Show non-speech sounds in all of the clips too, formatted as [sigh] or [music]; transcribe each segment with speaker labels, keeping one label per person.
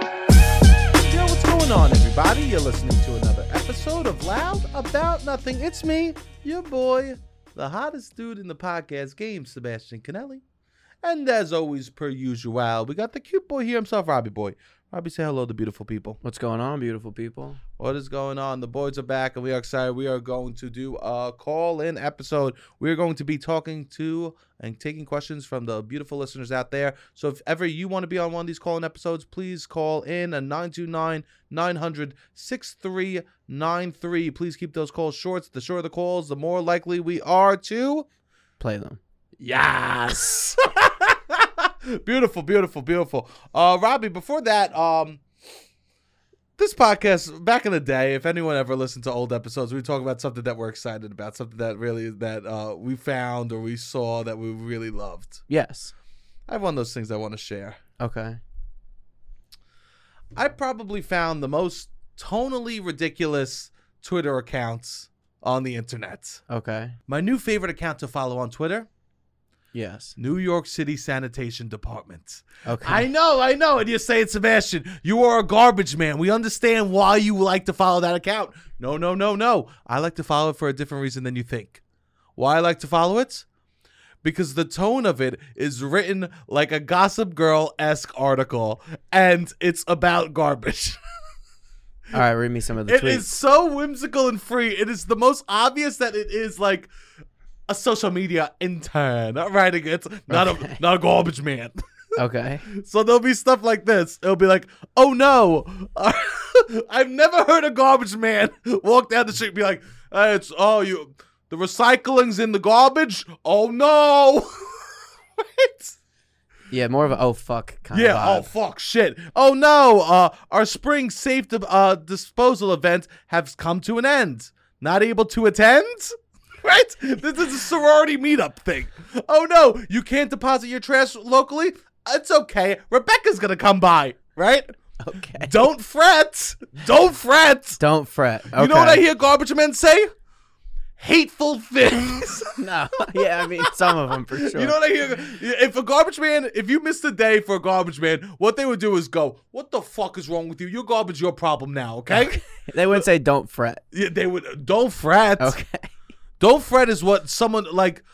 Speaker 1: Yo, what's going on, everybody? You're listening to another episode of Loud About Nothing. It's me, your boy, the hottest dude in the podcast game, Sebastian Canelli. And as always, per usual, we got the cute boy here himself, Robbie Boy. Robbie, say hello to beautiful people.
Speaker 2: What's going on, beautiful people?
Speaker 1: What is going on? The boys are back, and we are excited. We are going to do a call-in episode. We are going to be talking to and taking questions from the beautiful listeners out there. So if ever you want to be on one of these call-in episodes, please call in at 929-900-6393. Please keep those calls short. The shorter the calls, the more likely we are to
Speaker 2: Play them. Yes.
Speaker 1: [laughs] beautiful, beautiful, beautiful. Uh, Robbie, before that, um, this podcast back in the day, if anyone ever listened to old episodes, we talk about something that we're excited about, something that really that uh, we found or we saw that we really loved.
Speaker 2: yes.
Speaker 1: I have one of those things I want to share.
Speaker 2: Okay.
Speaker 1: I probably found the most tonally ridiculous Twitter accounts on the internet.
Speaker 2: Okay.
Speaker 1: My new favorite account to follow on Twitter:
Speaker 2: Yes.
Speaker 1: New York City Sanitation Department.
Speaker 2: Okay.
Speaker 1: I know, I know. And you're saying, Sebastian, you are a garbage man. We understand why you like to follow that account. No, no, no, no. I like to follow it for a different reason than you think. Why I like to follow it? Because the tone of it is written like a Gossip Girl esque article, and it's about garbage.
Speaker 2: All right. Read me some of the
Speaker 1: It
Speaker 2: tweets.
Speaker 1: is so whimsical and free. It is the most obvious that it is like a social media intern writing it. Not
Speaker 2: Okay.
Speaker 1: a not a garbage man.
Speaker 2: Okay.
Speaker 1: [laughs] So there'll be stuff like this. It'll be like, oh no, [laughs] I've never heard a garbage man [laughs] walk down the street and be like, "Uh, it's oh you, the recycling's in the garbage. Oh no, [laughs] right?
Speaker 2: Yeah, more of a oh fuck kind
Speaker 1: Yeah. Oh
Speaker 2: of vibe.
Speaker 1: fuck, shit. Oh no, uh, our spring safe di- uh, disposal event has come to an end. Not able to attend. [laughs] Right? This is a sorority meetup thing. Oh no, you can't deposit your trash locally? It's okay. Rebecca's gonna come by, right?
Speaker 2: Okay.
Speaker 1: Don't fret. Don't fret.
Speaker 2: Don't fret. Okay.
Speaker 1: You know what I hear garbage men say? Hateful things. [laughs]
Speaker 2: No. [laughs] yeah, I mean some of them for sure.
Speaker 1: You know what I hear? If a garbage man, if you missed a day for a garbage man, what they would do is go, "What the fuck is wrong with you? You're garbage. Your problem now, okay?"
Speaker 2: they wouldn't say don't fret.
Speaker 1: [laughs] Yeah, they would. Don't fret.
Speaker 2: Okay.
Speaker 1: Don't fret is what someone like,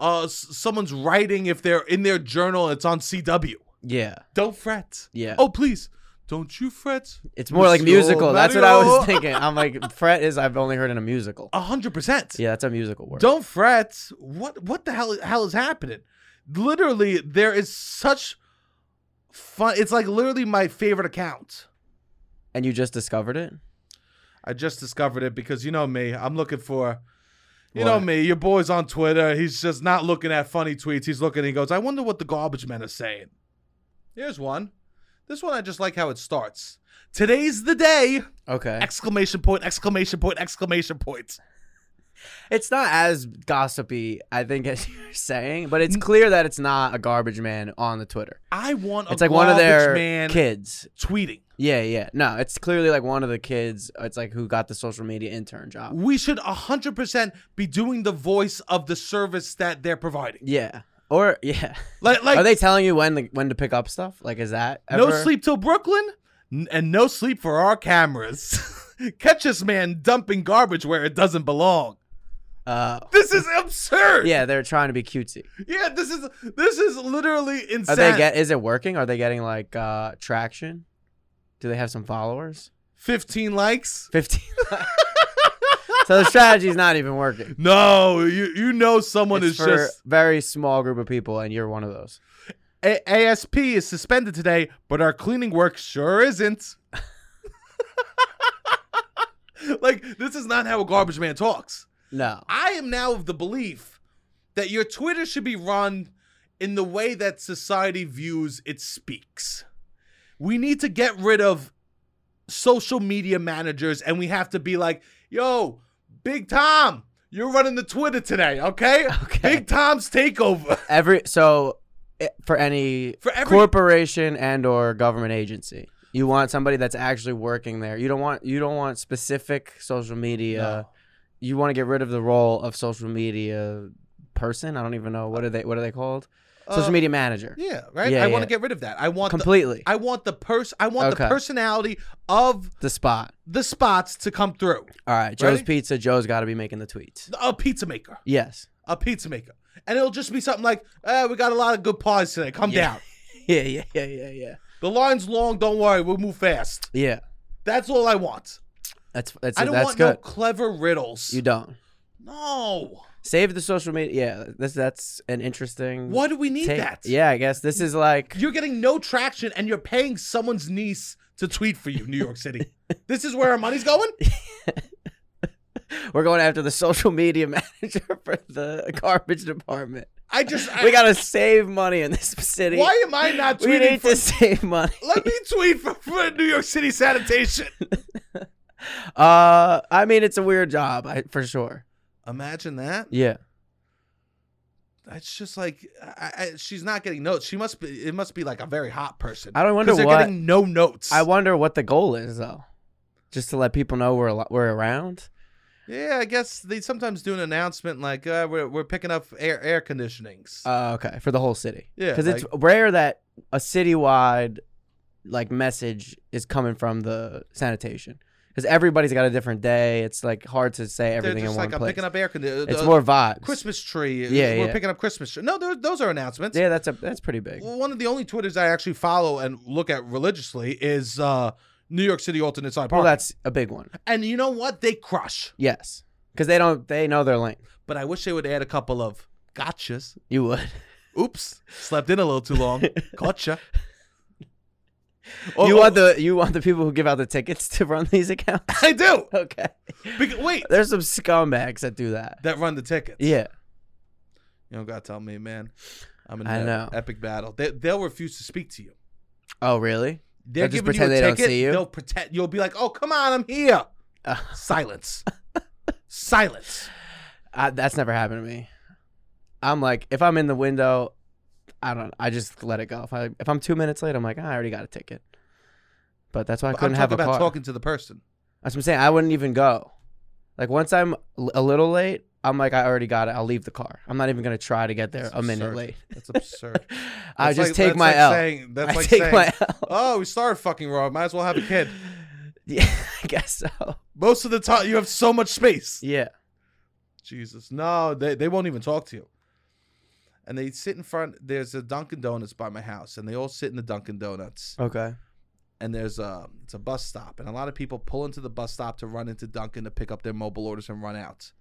Speaker 1: uh, s- someone's writing if they're in their journal. It's on CW.
Speaker 2: Yeah.
Speaker 1: Don't fret.
Speaker 2: Yeah.
Speaker 1: Oh please, don't you fret.
Speaker 2: It's more like
Speaker 1: Monsieur
Speaker 2: musical. That's what I
Speaker 1: Mario.
Speaker 2: was thinking. I'm like fret is I've only heard in
Speaker 1: [laughs]
Speaker 2: a musical.
Speaker 1: A hundred percent.
Speaker 2: Yeah, that's a musical word.
Speaker 1: Don't fret. What what the hell hell is happening? Literally, there is such fun. It's like literally my favorite account.
Speaker 2: And you just discovered it?
Speaker 1: I just discovered it because you know me. I'm looking for. You know
Speaker 2: What?
Speaker 1: me, your boy's on Twitter. He's just not looking at funny tweets. He's looking he goes, I wonder what the garbage men are saying. Here's one. This one I just like how it starts. Today's the day!
Speaker 2: Okay.
Speaker 1: Exclamation point, exclamation point, exclamation point.
Speaker 2: It's not as gossipy, I think, as [laughs] you're saying, but it's clear that it's not a garbage man on the Twitter.
Speaker 1: I want a
Speaker 2: It's like one of
Speaker 1: garbage
Speaker 2: their
Speaker 1: man
Speaker 2: kids.
Speaker 1: tweeting.
Speaker 2: Yeah, yeah. No, it's clearly like one of the kids. It's like who got the social media intern job.
Speaker 1: we should 100% be doing the voice of the service that they're providing.
Speaker 2: Yeah. Or yeah.
Speaker 1: Like, like
Speaker 2: Are they telling you when the, when to pick up stuff? Like, is that
Speaker 1: no
Speaker 2: ever-
Speaker 1: sleep till Brooklyn N- and no sleep for our cameras. [laughs] Catch this man dumping garbage where it doesn't belong.
Speaker 2: Uh,
Speaker 1: This
Speaker 2: [laughs]
Speaker 1: is absurd.
Speaker 2: yeah, they're trying to be cutesy.
Speaker 1: Yeah, this is this is literally
Speaker 2: Are
Speaker 1: insane.
Speaker 2: they get? Is it working? Are they getting like uh, traction? Do they have some followers?
Speaker 1: 15 likes?
Speaker 2: Fifteen. [laughs] so the strategy's not even working.
Speaker 1: No, you you know someone is
Speaker 2: it's for
Speaker 1: just
Speaker 2: very small group of people, and you're one of those.
Speaker 1: A- ASP is suspended today, but our cleaning work sure
Speaker 2: [laughs]
Speaker 1: isn't. [laughs] like this is not how a garbage man talks.
Speaker 2: No.
Speaker 1: I am now of the belief that your Twitter should be run in the way that society views it speaks. We need to get rid of social media managers and we have to be like, yo, Big Tom, you're running the Twitter today,
Speaker 2: [laughs]
Speaker 1: okay?
Speaker 2: [laughs] Okay.
Speaker 1: Big Tom's takeover. [laughs]
Speaker 2: Every so i- for any
Speaker 1: For every-
Speaker 2: corporation and or government agency, you want somebody that's actually working there. You don't want you don't want specific social media. You want to get rid of the role of social media person. I don't even know what are they what are they called?
Speaker 1: Uh,
Speaker 2: social media manager.
Speaker 1: Yeah, right?
Speaker 2: Yeah,
Speaker 1: I want
Speaker 2: yeah.
Speaker 1: to get rid of that. I want the,
Speaker 2: Completely.
Speaker 1: I want the person I want the
Speaker 2: Okay.
Speaker 1: personality of
Speaker 2: the spot.
Speaker 1: the spots to come through.
Speaker 2: All right, Joe's
Speaker 1: Ready?
Speaker 2: Pizza. Joe's got to be making the tweets.
Speaker 1: A pizza maker.
Speaker 2: Yes. [laughs]
Speaker 1: A pizza maker. And it'll just be something like, eh, we got a lot of good pies today. Come
Speaker 2: Yeah.
Speaker 1: down.
Speaker 2: Yeah, yeah, yeah, yeah, yeah.
Speaker 1: The line's long, don't worry, we'll move fast.
Speaker 2: Yeah.
Speaker 1: That's all I want.
Speaker 2: That's that's
Speaker 1: I don't
Speaker 2: that's
Speaker 1: want
Speaker 2: good.
Speaker 1: no clever riddles.
Speaker 2: You don't
Speaker 1: no.
Speaker 2: save the social media. Yeah, this that's an interesting.
Speaker 1: Why do we need
Speaker 2: take.
Speaker 1: that?
Speaker 2: Yeah, I guess this is like
Speaker 1: You're getting no traction and you're paying someone's niece to tweet for you, New York
Speaker 2: [laughs]
Speaker 1: City. this is where our money's going?
Speaker 2: we're going after the social media [laughs] manager for the garbage department.
Speaker 1: I just I,
Speaker 2: We gotta save money in this city.
Speaker 1: Why am I not
Speaker 2: we
Speaker 1: tweeting
Speaker 2: need
Speaker 1: for
Speaker 2: to [laughs] save money.
Speaker 1: Let me tweet for, for New York City
Speaker 2: [laughs]
Speaker 1: sanitation.
Speaker 2: Uh, I mean, it's a weird job, I, for sure.
Speaker 1: Imagine that.
Speaker 2: Yeah,
Speaker 1: That's just like I, I, she's not getting notes. She must be. It must be like a very hot person.
Speaker 2: I don't wonder
Speaker 1: 'Cause they're
Speaker 2: what-
Speaker 1: getting no notes.
Speaker 2: I wonder what the goal is though, just to let people know we're al- we're around.
Speaker 1: yeah, I guess they sometimes do an announcement like uh, we're we're picking up air air conditionings.
Speaker 2: Uh, okay, for the whole city.
Speaker 1: Yeah,
Speaker 2: because it's rare that a citywide like message is coming from the sanitation because everybody's got a different day. It's like hard to say
Speaker 1: they're
Speaker 2: everything
Speaker 1: just
Speaker 2: in
Speaker 1: like
Speaker 2: one
Speaker 1: I'm
Speaker 2: place.
Speaker 1: picking up air conditioning.
Speaker 2: it's more vibes.
Speaker 1: Christmas tree.
Speaker 2: Yeah,
Speaker 1: we're
Speaker 2: yeah.
Speaker 1: picking up Christmas tree. No, those- those are announcements.
Speaker 2: Yeah, that's a that's pretty big.
Speaker 1: One of the only Twitters I actually follow and look at religiously is uh, New York City alternate side
Speaker 2: Well,
Speaker 1: park.
Speaker 2: that's a big one.
Speaker 1: and you know what? They crush.
Speaker 2: Yes, because they don't they know their lane.
Speaker 1: but I wish they would add a couple of gotchas.
Speaker 2: You would.
Speaker 1: Oops, slept in a little too
Speaker 2: [laughs]
Speaker 1: long. Gotcha. Oh,
Speaker 2: you
Speaker 1: oh,
Speaker 2: want the you want the people who give out the tickets [laughs] to run these accounts. [laughs]
Speaker 1: I do.
Speaker 2: okay.
Speaker 1: Bec- wait,
Speaker 2: There's some scumbags that do that.
Speaker 1: that run the tickets.
Speaker 2: Yeah.
Speaker 1: you don't gotta tell me, man. I'm in
Speaker 2: I
Speaker 1: an
Speaker 2: know.
Speaker 1: epic battle. They, they'll refuse to speak to you.
Speaker 2: Oh, really?
Speaker 1: They're giving
Speaker 2: just pretend
Speaker 1: you a
Speaker 2: they don't
Speaker 1: ticket.
Speaker 2: see you?
Speaker 1: They'll pretend. You'll be like, "Oh, come on, I'm here."
Speaker 2: Uh.
Speaker 1: Silence. Silence.
Speaker 2: I, that's never happened to me. I'm like, if I'm in the window, I don't. I just let it go. If I if I'm two minutes late, I'm like, "Ah, I already got a ticket. But that's why I
Speaker 1: But
Speaker 2: couldn't
Speaker 1: I'm
Speaker 2: have
Speaker 1: talking
Speaker 2: a
Speaker 1: about
Speaker 2: car.
Speaker 1: talking to the person.
Speaker 2: That's what I'm saying. I wouldn't even go. Like once I'm l- a little late, I'm like, I already got it. I'll leave the car. I'm not even gonna try to get there
Speaker 1: That's
Speaker 2: a minute
Speaker 1: absurd.
Speaker 2: late. [laughs]
Speaker 1: That's absurd.
Speaker 2: I
Speaker 1: That's
Speaker 2: just
Speaker 1: like-
Speaker 2: take
Speaker 1: that's
Speaker 2: my
Speaker 1: like
Speaker 2: L. [laughs]
Speaker 1: saying- that's
Speaker 2: I
Speaker 1: like
Speaker 2: take
Speaker 1: saying, [laughs]
Speaker 2: my L.
Speaker 1: "Oh, we started fucking wrong. Might as well have a kid."
Speaker 2: [laughs] Yeah, I guess so.
Speaker 1: Most of the time, you have so much space.
Speaker 2: Yeah.
Speaker 1: Jesus, no, they they won't even talk to you. And they sit in front. There's a Dunkin' Donuts by my house, and they all sit in the Dunkin' Donuts.
Speaker 2: Okay.
Speaker 1: And there's a it's a bus stop, and a lot of people pull into the bus stop to run into Dunkin' to pick up their mobile orders and run out.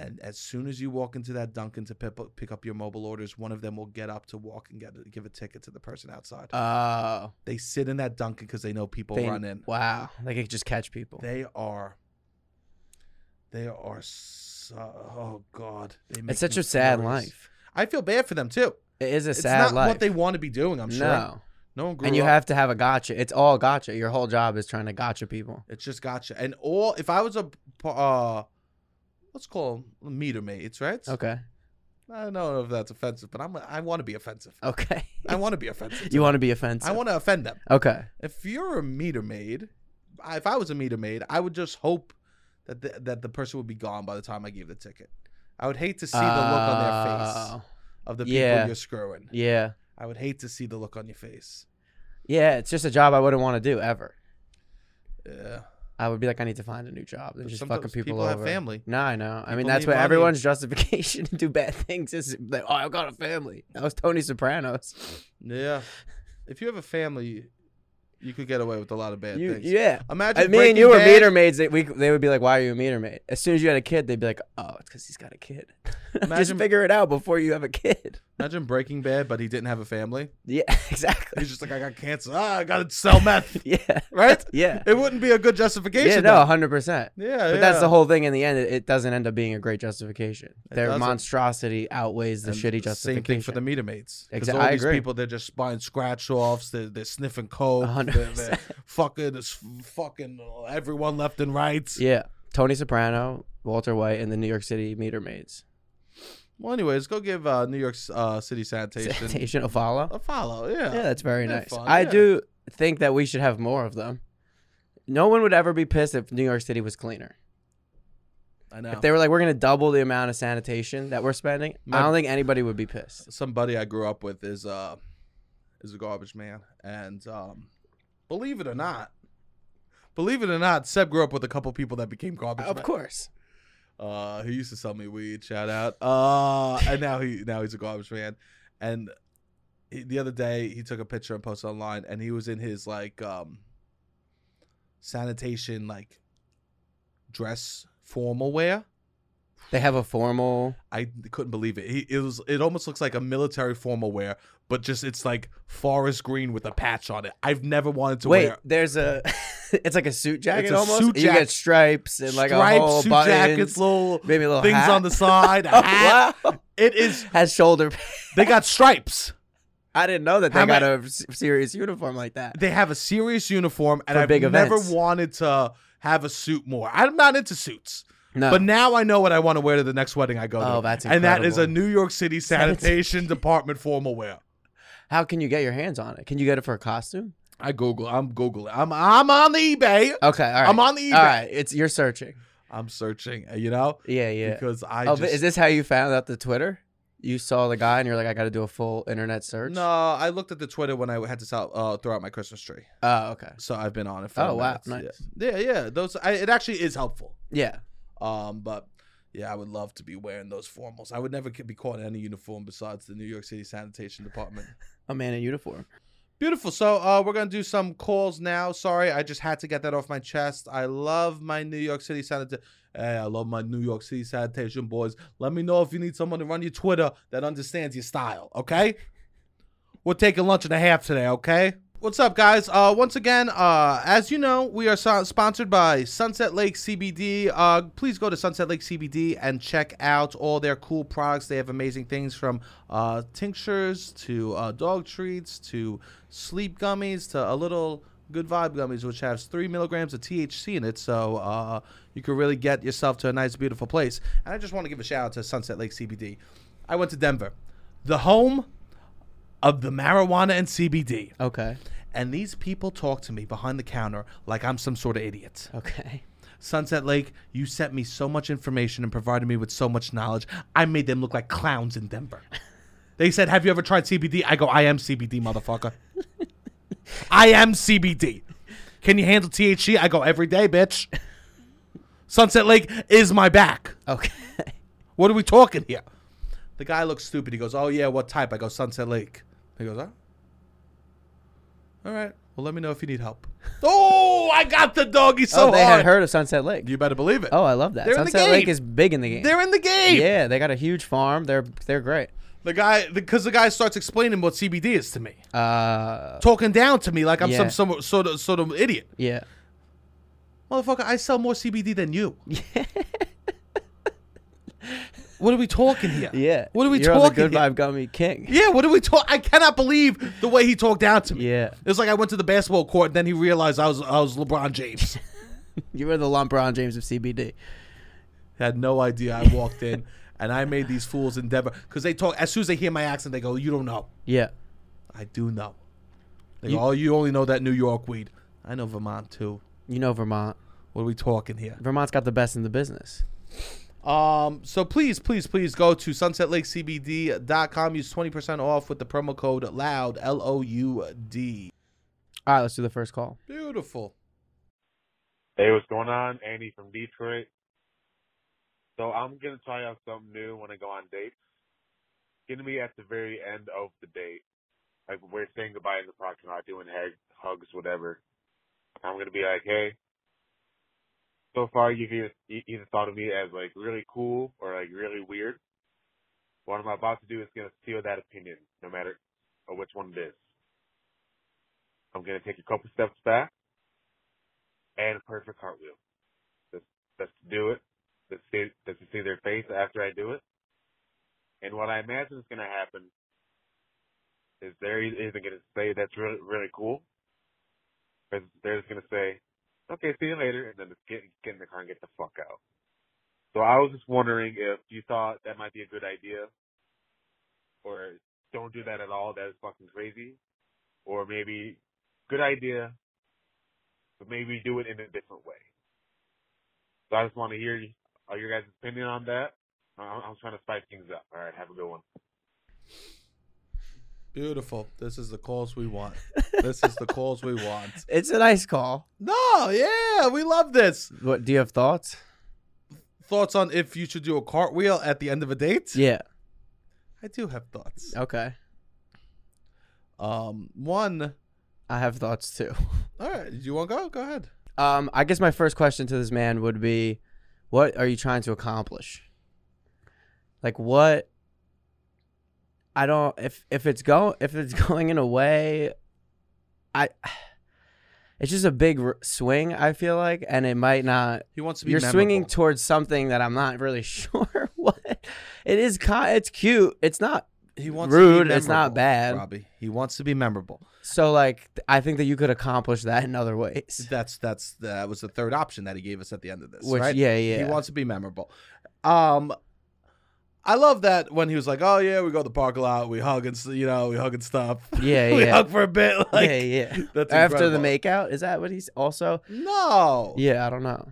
Speaker 1: And as soon as you walk into that Dunkin' to pick up, pick up your mobile orders, one of them will get up to walk and get give a ticket to the person outside.
Speaker 2: Oh.
Speaker 1: they sit in that Dunkin' because they know people
Speaker 2: They-
Speaker 1: run in.
Speaker 2: Wow. They could just catch people.
Speaker 1: They are. They are so. Oh God, they make
Speaker 2: It's such
Speaker 1: me
Speaker 2: a sad
Speaker 1: furious.
Speaker 2: life.
Speaker 1: I feel bad for them too.
Speaker 2: It is a
Speaker 1: It's
Speaker 2: sad
Speaker 1: not
Speaker 2: life.
Speaker 1: what they want to be doing. I'm sure.
Speaker 2: No.
Speaker 1: No one grew
Speaker 2: and you
Speaker 1: up-
Speaker 2: have to have a gotcha. It's all gotcha. Your whole job is trying to gotcha people.
Speaker 1: It's just gotcha. And all. If I was a, uh, let's call 'em meter mates, right? [laughs]
Speaker 2: Okay.
Speaker 1: I don't know if that's offensive, but I'm. I want to be offensive.
Speaker 2: Okay.
Speaker 1: I want to be offensive.
Speaker 2: you want to be offensive.
Speaker 1: I want to offend them.
Speaker 2: Okay.
Speaker 1: If you're a meter maid, I- if I was a meter maid, I would just hope that the, that the person would be gone by the time I gave the ticket. I would hate to see the look on their face.
Speaker 2: Oh,
Speaker 1: of the people
Speaker 2: Yeah.
Speaker 1: you're screwing.
Speaker 2: Yeah.
Speaker 1: I would hate to see the look on your face.
Speaker 2: Yeah. It's just a job I wouldn't want to do ever.
Speaker 1: Yeah.
Speaker 2: I would be like, I need to find a new job. They're
Speaker 1: But
Speaker 2: just
Speaker 1: sometimes
Speaker 2: fucking people,
Speaker 1: people
Speaker 2: over.
Speaker 1: have family.
Speaker 2: No, I know. I mean,
Speaker 1: People
Speaker 2: that's
Speaker 1: need
Speaker 2: what
Speaker 1: money.
Speaker 2: everyone's justification [laughs] to do bad things is like, oh, I've got a family. That was Tony Sopranos.
Speaker 1: Yeah. If you have a family, you could get away with a lot of bad
Speaker 2: You-
Speaker 1: things.
Speaker 2: yeah.
Speaker 1: Imagine
Speaker 2: I mean,
Speaker 1: Breaking
Speaker 2: you were
Speaker 1: Bad-
Speaker 2: meter maids. They, we, they would be like, why are you a meter maid? As soon as you had a kid, [laughs] they'd be like, oh, it's because he's got a kid. Just
Speaker 1: Imagine,
Speaker 2: figure it out before you have a kid. [laughs]
Speaker 1: imagine Breaking Bad, but he didn't have a family.
Speaker 2: Yeah, [laughs] exactly.
Speaker 1: He's just like, I got cancer. Ah, I gotta sell
Speaker 2: [laughs]
Speaker 1: meth,
Speaker 2: Yeah,
Speaker 1: right?
Speaker 2: [laughs] yeah,
Speaker 1: It wouldn't be a good justification.
Speaker 2: yeah. No, hundred percent.
Speaker 1: though. yeah.
Speaker 2: But that's the whole thing. In the end, it, it doesn't end up being a great justification. Their
Speaker 1: doesn't.
Speaker 2: monstrosity outweighs the shitty justification.
Speaker 1: Same thing for the meat mates. Because
Speaker 2: Exa-
Speaker 1: all
Speaker 2: I
Speaker 1: these
Speaker 2: agree.
Speaker 1: people, they're just buying scratch offs. They're, they're sniffing coke.
Speaker 2: A hundred
Speaker 1: They're, they're fucking, it's fucking everyone left and right.
Speaker 2: Yeah, Tony Soprano, Walter White, and the New York City meter maids.
Speaker 1: Well, anyways, go give uh, New York uh, City
Speaker 2: [laughs]
Speaker 1: sanitation,
Speaker 2: Station Ofala.
Speaker 1: a follow. Yeah.
Speaker 2: Yeah, that's very
Speaker 1: They're
Speaker 2: nice.
Speaker 1: fun,
Speaker 2: I
Speaker 1: yeah.
Speaker 2: do think that we should have more of them. No one would ever be pissed if New York City was cleaner.
Speaker 1: I know.
Speaker 2: If they were like, we're going to double the amount of sanitation that we're spending,
Speaker 1: My-
Speaker 2: I don't think anybody would be pissed.
Speaker 1: Somebody I grew up with is uh is a garbage man, and um, believe it or not, believe it or not, Seb grew up with a couple people that became garbage.
Speaker 2: Of
Speaker 1: men.
Speaker 2: course.
Speaker 1: Uh, he used to sell me weed. Shout out. Uh, and now he now he's a garbage man. And he, the other day he took a picture and posted online, and he was in his like um sanitation like dress formal wear.
Speaker 2: They have a formal.
Speaker 1: I couldn't believe it. He, it was it almost looks like a military formal wear, but just it's like forest green with a patch on it. I've never wanted to
Speaker 2: Wait,
Speaker 1: wear
Speaker 2: there's a. [laughs] it's like a suit jacket
Speaker 1: a
Speaker 2: almost.
Speaker 1: suit
Speaker 2: you
Speaker 1: jacket.
Speaker 2: get stripes and like a
Speaker 1: stripes,
Speaker 2: whole
Speaker 1: suit
Speaker 2: buttons,
Speaker 1: jackets, little
Speaker 2: maybe a little
Speaker 1: things
Speaker 2: hat.
Speaker 1: on
Speaker 2: [laughs]
Speaker 1: the side. a
Speaker 2: Oh,
Speaker 1: hat.
Speaker 2: wow.
Speaker 1: It is.
Speaker 2: [laughs] Has shoulder.
Speaker 1: They got stripes.
Speaker 2: I didn't know that they
Speaker 1: How
Speaker 2: got
Speaker 1: ma-
Speaker 2: a s- serious uniform like that.
Speaker 1: They have a serious uniform, and
Speaker 2: For
Speaker 1: I've
Speaker 2: big
Speaker 1: never
Speaker 2: events.
Speaker 1: wanted to have a suit more. I'm not into suits.
Speaker 2: No.
Speaker 1: But now I know what I want to wear to the next wedding I go to.
Speaker 2: Oh, that's
Speaker 1: And that is a
Speaker 2: incredible.
Speaker 1: New York City
Speaker 2: [laughs]
Speaker 1: Sanitation Department formal wear.
Speaker 2: How can you get your hands on it? Can you get it for a costume?
Speaker 1: I Google. I'm Googling. I'm I'm on the eBay.
Speaker 2: Okay, all right.
Speaker 1: I'm on
Speaker 2: [laughs]
Speaker 1: the eBay.
Speaker 2: All right, it's you're searching.
Speaker 1: I'm searching, you know,
Speaker 2: Yeah, yeah.
Speaker 1: because I
Speaker 2: oh, but
Speaker 1: just
Speaker 2: is this how you found out the Twitter? You saw the guy and you're like, I got to do a full internet search.
Speaker 1: no. I looked at the Twitter when I had to sell, uh, throw out my Christmas tree,
Speaker 2: Oh, okay.
Speaker 1: so I've been on it. for
Speaker 2: Oh, wow,
Speaker 1: minutes.
Speaker 2: nice.
Speaker 1: Yeah, yeah. yeah. Those I, it actually is helpful.
Speaker 2: Yeah,
Speaker 1: Um, but yeah, I would love to be wearing those formals. I would never c- be caught in any uniform besides the New York City Sanitation Department.
Speaker 2: a man in uniform.
Speaker 1: Beautiful. So uh, we're gonna do some calls now. Sorry, I just had to get that off my chest. I love my New York City sanitation. Hey, I love my New York City sanitation boys. Let me know if you need someone to run your Twitter that understands your style. Okay. We're taking lunch and a half today. Okay. What's up, guys? Uh, once again, uh, as you know, we are so- sponsored by Sunset Lake CBD. Uh, please go to Sunset Lake CBD and check out all their cool products. They have amazing things from uh, tinctures to uh, dog treats to sleep gummies to a little good vibe gummies, which has three milligrams of THC in it. So uh, you can really get yourself to a nice, beautiful place. And I just want to give a shout out to Sunset Lake CBD. I went to Denver, the home of the marijuana and CBD
Speaker 2: Okay,
Speaker 1: and these people talk to me behind the counter like I'm some sort of idiot.
Speaker 2: okay. [laughs]
Speaker 1: Sunset Lake, you sent me so much information and provided me with so much knowledge. I made them look like clowns in Denver. They said, "Have you ever tried CBD?" I go, "I am CBD, motherfucker. I am CBD. Can you handle THC?" I go, "Every day, bitch." Sunset Lake is my back.
Speaker 2: [laughs] Okay.
Speaker 1: What are we talking here? The guy looks stupid. He goes, Oh, yeah, what type? I go, Sunset Lake. He goes, Oh. All right. Well, let me know if you need help. [laughs] oh, I got the doggy so
Speaker 2: oh, they
Speaker 1: hard.
Speaker 2: had heard of Sunset Lake.
Speaker 1: You better believe it.
Speaker 2: Oh, I love that.
Speaker 1: They're in the
Speaker 2: Sunset Lake
Speaker 1: game.
Speaker 2: is big in the game.
Speaker 1: They're in the game.
Speaker 2: yeah, they got a huge farm. They're they're great.
Speaker 1: The guy, because the, guy starts explaining what CBD is to me,
Speaker 2: Uh,
Speaker 1: talking down to me like I'm
Speaker 2: Yeah.
Speaker 1: some, some sort of sort of idiot.
Speaker 2: yeah.
Speaker 1: Motherfucker, I sell more CBD than
Speaker 2: [laughs]
Speaker 1: you. what are we talking here?
Speaker 2: Yeah.
Speaker 1: What are we
Speaker 2: You're on the
Speaker 1: talking
Speaker 2: Good
Speaker 1: here?
Speaker 2: Vibe Gummy King.
Speaker 1: Yeah, what are we talk? I cannot believe the way he talked down to me.
Speaker 2: Yeah.
Speaker 1: It's like I went to the basketball court, and then he realized I was I was LeBron
Speaker 2: [laughs]
Speaker 1: James.
Speaker 2: You were the LeBron James of CBD.
Speaker 1: Had no idea I walked in, and I made these fools endeavor because they talk as soon as they hear my accent, they go, "You don't know."
Speaker 2: Yeah.
Speaker 1: I do know. They
Speaker 2: You-
Speaker 1: go, "Oh, you only know that New York weed." I know Vermont too.
Speaker 2: You know Vermont.
Speaker 1: What are we talking here?
Speaker 2: Vermont's got the best in the business.
Speaker 1: Um, so please, please, please go to sunsetlakecbd.com. Use twenty percent off with the promo code LOUD L O U D.
Speaker 2: All right, let's do the first call.
Speaker 1: Beautiful.
Speaker 3: Hey, what's going on? Andy from Detroit. So I'm gonna try out something new when I go on dates. It's gonna be at the very end of the date, like we're saying goodbye in the parking lot, doing hug, hugs, whatever. I'm gonna be like, hey. e, So far, you've either, you either thought of me as like really cool or like really weird. What I'm about to do is going to steal that opinion, no matter uh, which one it is. I'm going to take a couple steps back and a perfect cartwheel. Just, just to do it, just, see, just to see their face after I do it. And what I imagine is going to happen is they're either going to say that's really, really cool, or they're just going to say, okay, see you later, and then just get, get in the car and get the fuck out. So I was just wondering if you thought that might be a good idea, or don't do that at all, that is fucking crazy, or maybe good idea, but maybe do it in a different way. So I just want to hear uh, your guys' opinion on that. I'm, I'm trying to spice things up. All right, have a good one.
Speaker 1: Beautiful. This is the calls we [laughs] want. this is the calls we want.
Speaker 2: It's a nice call.
Speaker 1: No, yeah, we love this.
Speaker 2: What do you have thoughts?
Speaker 1: Thoughts on if you should do a cartwheel at the end of a date?
Speaker 2: Yeah.
Speaker 1: I do have thoughts.
Speaker 2: Okay.
Speaker 1: Um, one.
Speaker 2: I have thoughts too.
Speaker 1: All right, you want to go? Go ahead.
Speaker 2: Um, I guess my first question to this man would be, what are you trying to accomplish? Like what? I don't. If if it's go if it's [laughs] going in a way, I. [sighs] It's just a big r- swing. I feel like, and it might not.
Speaker 1: He wants to be.
Speaker 2: You're
Speaker 1: memorable.
Speaker 2: swinging towards something that I'm not really [laughs] sure what. It is. Con- it's cute. It's not
Speaker 1: he
Speaker 2: rude, it's
Speaker 1: memorable,
Speaker 2: not bad.
Speaker 1: Robbie, he wants to be memorable.
Speaker 2: So like th- I think that you could accomplish that in other ways.
Speaker 1: That's that's that was the third option that he gave us at the end of this,
Speaker 2: Which
Speaker 1: right?
Speaker 2: yeah,
Speaker 1: He
Speaker 2: yeah.
Speaker 1: wants to be memorable. Um, I love that when he was like, "Oh yeah, we go to the parking lot, we hug and s- you know, we hug and stuff,
Speaker 2: [laughs]
Speaker 1: [laughs]
Speaker 2: yeah,
Speaker 1: we
Speaker 2: yeah.
Speaker 1: hug for a bit." Like,
Speaker 2: yeah, yeah.
Speaker 1: [laughs] That's
Speaker 2: After the
Speaker 1: incredible.
Speaker 2: makeout, is that what he's also?
Speaker 1: No,
Speaker 2: Yeah, I don't know.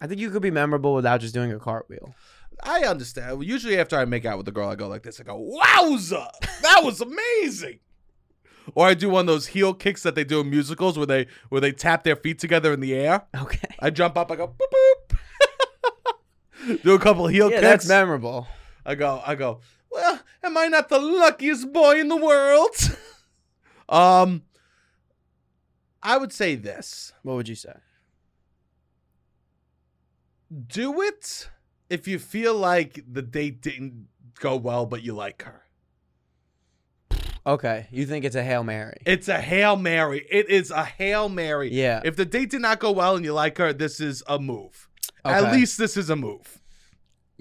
Speaker 2: I think you could be memorable without just doing a
Speaker 1: [laughs]
Speaker 2: cartwheel.
Speaker 1: I understand. Usually, after I make out with a girl, I go like this. I go, "Wowza, that was amazing." Or I do one of those heel kicks that they do in musicals where they where they tap their feet together in the air.
Speaker 2: Okay.
Speaker 1: I jump up. I go boop boop. [laughs] do a couple heel
Speaker 2: yeah,
Speaker 1: kicks.
Speaker 2: that's memorable.
Speaker 1: I go, I go, well, am I not the luckiest boy in the world? [laughs] um, I would say this
Speaker 2: What would you say?
Speaker 1: do it if you feel like the date didn't go well, but you like her.
Speaker 2: Okay, you think it's a hail mary?
Speaker 1: It's a Hail Mary. It is a Hail Mary.
Speaker 2: Yeah.
Speaker 1: If the date did not go well and you like her, this is a move. At
Speaker 2: Okay.
Speaker 1: least this is a move.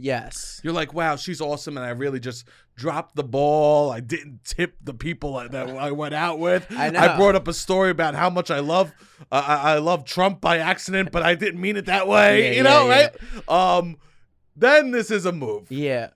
Speaker 2: yes.
Speaker 1: You're like, wow, she's awesome, and I really just dropped the ball. I didn't tip the people I- that I went out with.
Speaker 2: [laughs] I know.
Speaker 1: brought up a story about how much I love, uh, I, I love Trump by accident, but I didn't mean it that way.
Speaker 2: Yeah,
Speaker 1: you know,
Speaker 2: yeah,
Speaker 1: right? Um, then this is a move.
Speaker 2: Yeah.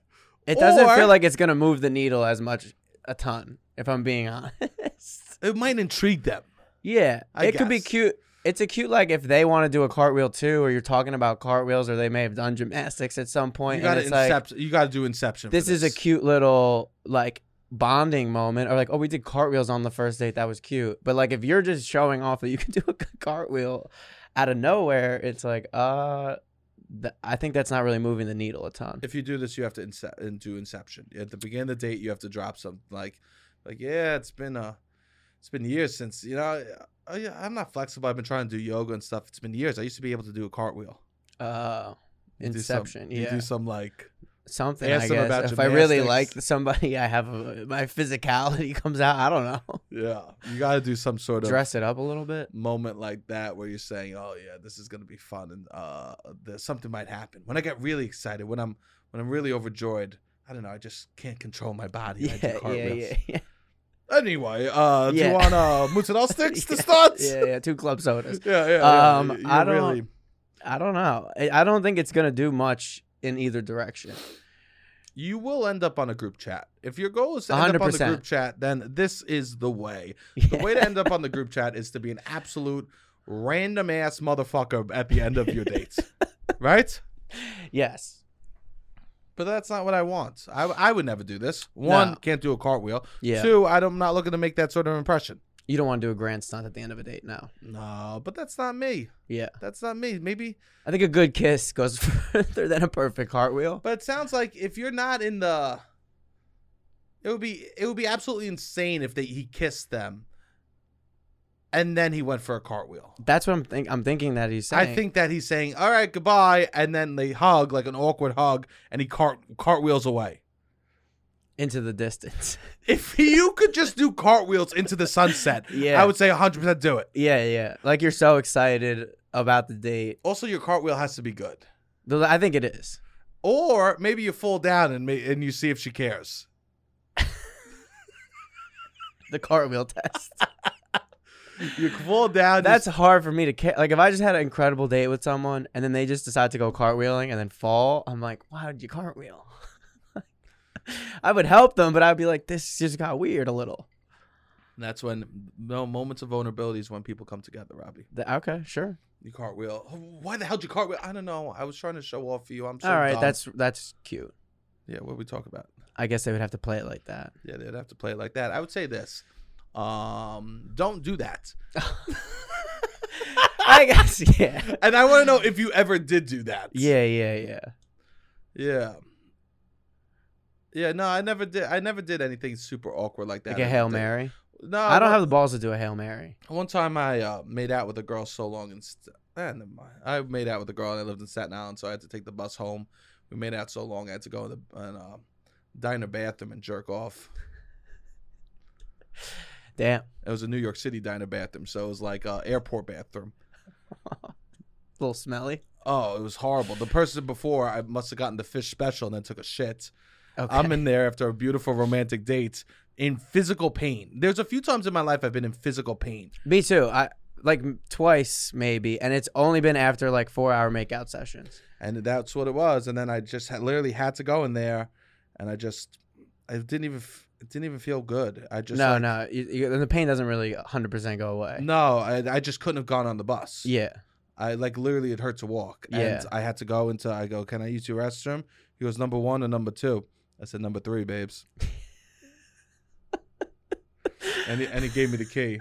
Speaker 2: It doesn't
Speaker 1: Or-
Speaker 2: feel like it's gonna move the needle as much a ton. If I'm being [laughs] honest.
Speaker 1: It might intrigue them.
Speaker 2: Yeah,
Speaker 1: I
Speaker 2: it could be
Speaker 1: guess.
Speaker 2: cute. It's a cute like if they want to do a cartwheel too, or you're talking about cartwheels, or they may have done gymnastics at some point.
Speaker 1: You
Speaker 2: and
Speaker 1: gotta
Speaker 2: it's like,
Speaker 1: incept, You gotta do inception. for
Speaker 2: this is a cute little like bonding moment, or like oh we did cartwheels on the first date, that was cute. But like if you're just showing off that you can [laughs] do a cartwheel out of nowhere, it's like uh, th- I think that's not really moving the needle a ton.
Speaker 1: If you do this, you have to ince- and do inception. At the beginning of the date, you have to drop something like, like yeah, it's been a, it's been years since you know. I, I, I'm not flexible. I've been trying to do yoga and stuff. It's been years. I used to be able to do a cartwheel.
Speaker 2: Uh,
Speaker 1: You do some-
Speaker 2: Inception,
Speaker 1: You
Speaker 2: yeah,
Speaker 1: do some like
Speaker 2: something.
Speaker 1: ask
Speaker 2: I
Speaker 1: them about
Speaker 2: guess if I really like
Speaker 1: gymnastics.
Speaker 2: somebody, [laughs] I have a, my physicality [laughs] comes out. I don't know.
Speaker 1: yeah. You got to do some sort of
Speaker 2: dress it up a little bit.
Speaker 1: moment like that where you're saying, "Oh yeah, this is gonna be fun," and uh, the, something might happen. When I get really excited, when I'm when I'm really overjoyed, I don't know. I just can't control my body. I do
Speaker 2: Yeah, yeah, yeah,
Speaker 1: cartwheels.
Speaker 2: yeah,
Speaker 1: [laughs] Anyway, uh, do
Speaker 2: Yeah.
Speaker 1: you want uh,
Speaker 2: [laughs]
Speaker 1: mozzarella sticks to
Speaker 2: Yeah,
Speaker 1: start?
Speaker 2: Yeah, yeah, two club sodas.
Speaker 1: [laughs] Yeah, yeah, yeah.
Speaker 2: Um,
Speaker 1: You- you
Speaker 2: I don't- I don't know. I I don't think it's gonna do much in either direction.
Speaker 1: You will end up on a group chat if your goal is to end up on the
Speaker 2: 100%.
Speaker 1: group chat. Then this is the way. [laughs] The way to
Speaker 2: Yeah.
Speaker 1: end up on the group chat is to be an absolute random ass motherfucker at the end of your
Speaker 2: [laughs]
Speaker 1: dates, right?
Speaker 2: [laughs] yes.
Speaker 1: But that's not what I want. I, I would never do this. One,
Speaker 2: No.
Speaker 1: can't do a cartwheel.
Speaker 2: Yeah.
Speaker 1: Two, I don't- I'm not looking to make that sort of impression.
Speaker 2: You don't want to do a grand stunt at the end of a date. No.
Speaker 1: No, but that's not me.
Speaker 2: Yeah.
Speaker 1: That's not me. Maybe
Speaker 2: I think a good kiss goes [laughs] further than a perfect cartwheel.
Speaker 1: But it sounds like if you're not in the, it would be it would be absolutely insane if they he kissed them, and then he went for a cartwheel.
Speaker 2: That's what I'm think. I'm thinking that he's saying.
Speaker 1: I think that he's saying, "All right, goodbye," and then they hug like an awkward hug, and he cart cartwheels away.
Speaker 2: into the distance. [laughs]
Speaker 1: If you could just do cartwheels into the sunset,
Speaker 2: Yeah.
Speaker 1: I would say 100% do it.
Speaker 2: yeah, yeah. Like you're so excited about the date.
Speaker 1: Also, your cartwheel has to be good.
Speaker 2: The- I think it is.
Speaker 1: Or maybe you fall down and ma- and you see if she cares.
Speaker 2: The cartwheel [laughs] test.
Speaker 1: You fall down. you
Speaker 2: That's hard for me to care. Like if I just had an incredible date with someone and then they just decide to go cartwheeling and then fall, I'm like, why did you cartwheel? [laughs] I would help them, but I'd be like, this just got weird a little.
Speaker 1: And that's when no moments of vulnerability is when people come together, Robbie.
Speaker 2: Th- okay, sure.
Speaker 1: You cartwheel. Oh, Why the hell did you cartwheel? I don't know. I was trying to show off for you. I'm so
Speaker 2: All right,
Speaker 1: dumb.
Speaker 2: that's that's cute.
Speaker 1: yeah. What we talk about?
Speaker 2: um, I guess they would have to play it like that. [laughs]
Speaker 1: Yeah, they'd have to play it like that. I would say this. Um, don't do that.
Speaker 2: I guess, yeah,
Speaker 1: And I want to know if you ever did do that.
Speaker 2: yeah, yeah, yeah.
Speaker 1: Yeah. Yeah. No, I never did. I never did anything super awkward like that.
Speaker 2: Like a
Speaker 1: I
Speaker 2: hail
Speaker 1: did-
Speaker 2: mary.
Speaker 1: No,
Speaker 2: I don't
Speaker 1: one-
Speaker 2: have the balls to do a hail mary.
Speaker 1: One time I uh, made out with a girl so long and st- ah, never mind. I made out with a girl and I lived in Staten Island, so I had to take the bus home. We made out so long I had to go in the and, uh, diner bathroom and jerk off.
Speaker 2: Damn,
Speaker 1: It was a New York City diner bathroom, so it was like uh, airport bathroom.
Speaker 2: little smelly.
Speaker 1: Oh, it was horrible. The person before I must have gotten the fish special and then took a shit.
Speaker 2: Okay.
Speaker 1: I'm in there after a beautiful romantic date in physical pain. There's a few times in my life I've been in physical pain.
Speaker 2: Me too. I like m- twice maybe, and it's only been after like four hour makeout sessions.
Speaker 1: and that's what it was. And then I just had, literally had to go in there, and I just, I didn't even, f- it didn't even feel good. I just
Speaker 2: no,
Speaker 1: like-
Speaker 2: no, you, you, and the pain doesn't really 100 percent go away.
Speaker 1: no, I, I just couldn't have gone on the bus.
Speaker 2: Yeah,
Speaker 1: I like literally it hurt to walk.
Speaker 2: Yeah.
Speaker 1: and I had to go into. I go, can I use your restroom? He goes, number one or number two. I said number three,
Speaker 2: [laughs]
Speaker 1: babes. and he, and he gave me the key.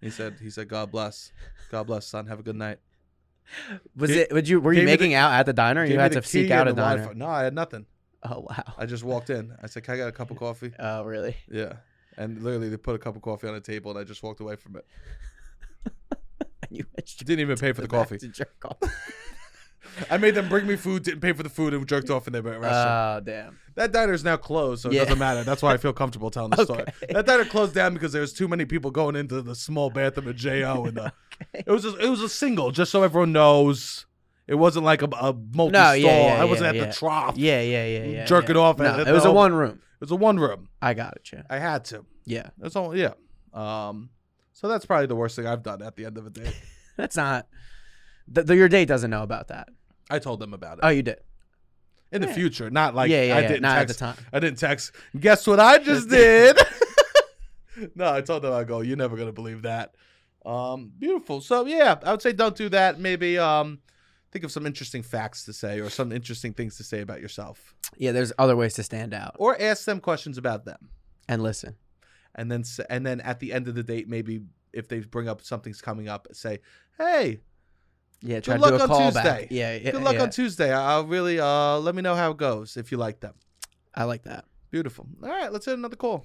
Speaker 1: He said, he said, God bless, God bless, son. Have a good night.
Speaker 2: was
Speaker 1: Gave-
Speaker 2: it? Would you? Were you
Speaker 1: gave me the-
Speaker 2: making out at the diner? or
Speaker 1: Gave
Speaker 2: You
Speaker 1: me
Speaker 2: had
Speaker 1: the
Speaker 2: to seek
Speaker 1: key
Speaker 2: out
Speaker 1: and
Speaker 2: a
Speaker 1: the
Speaker 2: diner.
Speaker 1: Wi-Fi. No, I had nothing.
Speaker 2: [laughs] Oh wow.
Speaker 1: I just walked in. I said, can I get a cup of coffee?
Speaker 2: Oh really? [laughs]
Speaker 1: Yeah. And literally, they put a cup of coffee on the table, and I just walked away from it.
Speaker 2: You went
Speaker 1: Didn't even pay for
Speaker 2: [laughs]
Speaker 1: the
Speaker 2: straight back
Speaker 1: coffee.
Speaker 2: to jerk
Speaker 1: [laughs]
Speaker 2: off.
Speaker 1: I made them bring me food, didn't pay for the food, and jerked off in their restaurant.
Speaker 2: Oh damn.
Speaker 1: that diner is now closed, so it
Speaker 2: Yeah.
Speaker 1: doesn't matter. That's why I feel comfortable telling the story.
Speaker 2: [laughs] Okay.
Speaker 1: That diner closed down because there was too many people going into the small bathroom at Jo, and
Speaker 2: [laughs]
Speaker 1: the, it was a, it was a single, just so everyone knows. It wasn't like a, a multi-stall.
Speaker 2: No, yeah, yeah,
Speaker 1: I wasn't
Speaker 2: yeah,
Speaker 1: at
Speaker 2: yeah.
Speaker 1: the trough.
Speaker 2: Yeah, yeah, yeah, yeah.
Speaker 1: Jerking
Speaker 2: yeah.
Speaker 1: off at-
Speaker 2: No,
Speaker 1: at
Speaker 2: it was
Speaker 1: the
Speaker 2: a
Speaker 1: whole-
Speaker 2: one room.
Speaker 1: It was a one room.
Speaker 2: I got it. Yeah.
Speaker 1: I had to.
Speaker 2: Yeah. [laughs]
Speaker 1: That's all. Yeah. Um. So that's probably the worst thing I've done at the end of the day.
Speaker 2: That's not. Th- th- your date doesn't know about that.
Speaker 1: I told them about it.
Speaker 2: Oh, you did.
Speaker 1: in the future, not like
Speaker 2: yeah, yeah,
Speaker 1: I
Speaker 2: yeah.
Speaker 1: didn't
Speaker 2: Not at the
Speaker 1: text.
Speaker 2: time.
Speaker 1: I didn't text. Guess what I
Speaker 2: [laughs]
Speaker 1: just did? [laughs] no, I told them I go. You're never gonna believe that. Um, beautiful. So yeah, I would say don't do that. Maybe um, think of some interesting facts to say or some interesting things to say about yourself,
Speaker 2: Yeah, there's other ways to stand out
Speaker 1: or ask them questions about them,
Speaker 2: and listen.
Speaker 1: and then s- and then at the end of the date, maybe if they bring up something's coming up, say, hey,
Speaker 2: Yeah, try
Speaker 1: luck
Speaker 2: to do a
Speaker 1: on
Speaker 2: callback.
Speaker 1: Tuesday.
Speaker 2: Yeah, yeah.
Speaker 1: good luck
Speaker 2: yeah.
Speaker 1: on Tuesday. I- I'll really uh, let me know how it goes if you like them.
Speaker 2: I like that.
Speaker 1: Beautiful. All right, let's hit another call.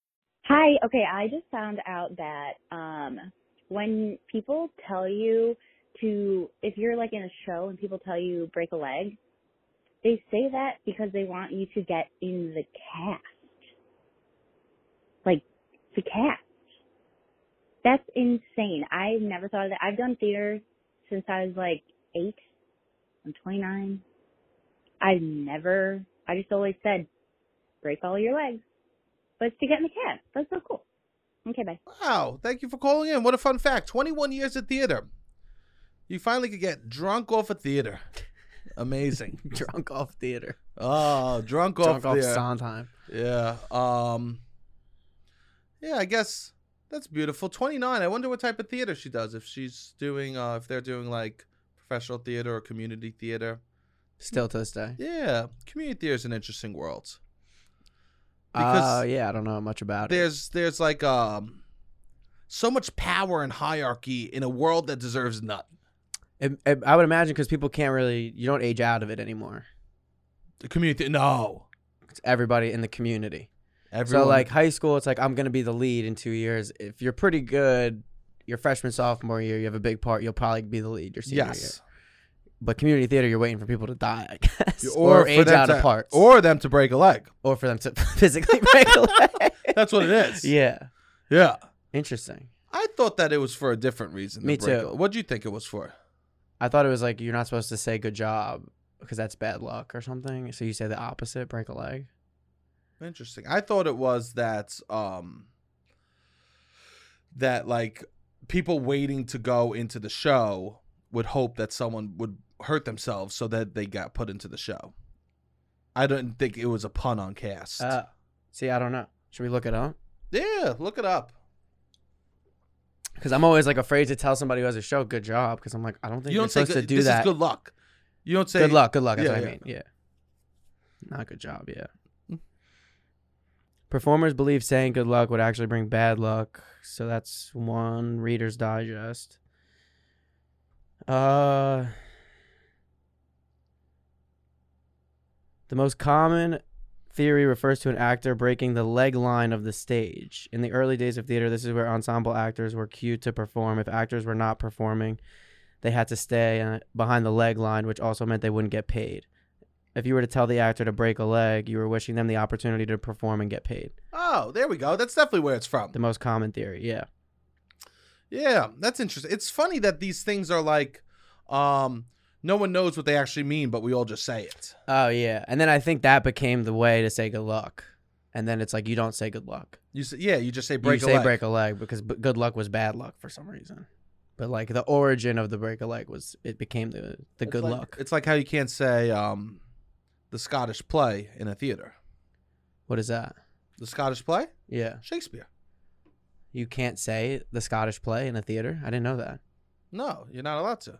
Speaker 4: Hi. Okay, I just found out that um, when people tell you to, if you're like in a show and people tell you break a leg, they say that because they want you to get in the cast, like the cast. That's insane. I never thought of that. I've done theater since I was like eight. I'm 29. I've never. I just always said, break all your legs but it's to get in the cab. That's so cool. Okay, bye.
Speaker 1: Wow, thank you for calling in. What a fun fact. 21 years of theater. You finally could get drunk off a theater.
Speaker 2: [laughs]
Speaker 1: Amazing.
Speaker 2: Drunk off theater.
Speaker 1: oh, drunk off
Speaker 2: Drunk off
Speaker 1: theater.
Speaker 2: Sondheim.
Speaker 1: Yeah. Um Yeah, I guess that's beautiful. 29. I wonder what type of theater she does if she's doing uh if they're doing like professional theater or community theater.
Speaker 2: Still to this day.
Speaker 1: Yeah, community theater is an interesting world.
Speaker 2: Because
Speaker 1: Because-
Speaker 2: Uh, yeah, I don't know much about it.
Speaker 1: There's there's like um so much power and hierarchy in a world that deserves none.
Speaker 2: It, it- I would imagine because people can't really you don't age out of it anymore.
Speaker 1: The community no.
Speaker 2: It's everybody in the community.
Speaker 1: Everyone
Speaker 2: So like high school, it's like I'm gonna be the lead in two years. If you're pretty good, your freshman sophomore year, you have a big part. You'll probably be the lead your senior year.
Speaker 1: yes.
Speaker 2: But community theater, you're waiting for people to die, I guess,
Speaker 1: Or
Speaker 2: or,
Speaker 1: for
Speaker 2: age
Speaker 1: them
Speaker 2: out
Speaker 1: to-
Speaker 2: of parts,
Speaker 1: Or them to break a leg.
Speaker 2: or for them to [laughs] physically break a leg.
Speaker 1: [laughs] That's what it is.
Speaker 2: Yeah,
Speaker 1: Yeah.
Speaker 2: interesting.
Speaker 1: I thought that it was for a different reason. than
Speaker 2: Me
Speaker 1: break
Speaker 2: too.
Speaker 1: a- What'd you think it was for?
Speaker 2: I thought it was like you're not supposed to say good job because that's bad luck or something. So you say the opposite, break a leg.
Speaker 1: Interesting. I thought it was that um that like people waiting to go into the show would hope that someone would hurt themselves so that they got put into the show. I don't think it was a pun on cast.
Speaker 2: Uh, see, I don't know. Should we look it up?
Speaker 1: yeah, look it up.
Speaker 2: Because I'm always like afraid to tell somebody who has a show good job because I'm like I don't think
Speaker 1: You
Speaker 2: you're
Speaker 1: don't say
Speaker 2: supposed
Speaker 1: good,
Speaker 2: to do
Speaker 1: this is
Speaker 2: that.
Speaker 1: good luck. You don't say
Speaker 2: good luck. Good luck. That's
Speaker 1: Yeah,
Speaker 2: what
Speaker 1: yeah.
Speaker 2: I mean. Yeah. Not good job. Yeah. Performers believe saying good luck would actually bring bad luck. So that's one Reader's Digest. Uh, the most common theory refers to an actor breaking the leg line of the stage. In the early days of theater, this is where ensemble actors were cued to perform. If actors were not performing, they had to stay uh, behind the leg line, which also meant they wouldn't get paid. If you were to tell the actor to break a leg, you were wishing them the opportunity to perform and get paid.
Speaker 1: Oh, there we go. That's definitely where it's from.
Speaker 2: The most common theory, yeah.
Speaker 1: Yeah, that's interesting. It's funny that these things are like um no one knows what they actually mean, but we all just say it.
Speaker 2: Oh yeah, and then I think that became the way to say good luck, and then it's like you don't say good luck.
Speaker 1: You say, yeah, you just say break
Speaker 2: you
Speaker 1: a
Speaker 2: say
Speaker 1: leg.
Speaker 2: break a leg because b- good luck was bad luck for some reason. But like the origin of the break a leg was it became the the
Speaker 1: It's
Speaker 2: good
Speaker 1: like-
Speaker 2: luck.
Speaker 1: It's like how you can't say um, the Scottish play in a theater.
Speaker 2: What is that?
Speaker 1: The Scottish play,
Speaker 2: Yeah,
Speaker 1: Shakespeare.
Speaker 2: you can't say the Scottish play in a theater. I didn't know that.
Speaker 1: No, you're not allowed to.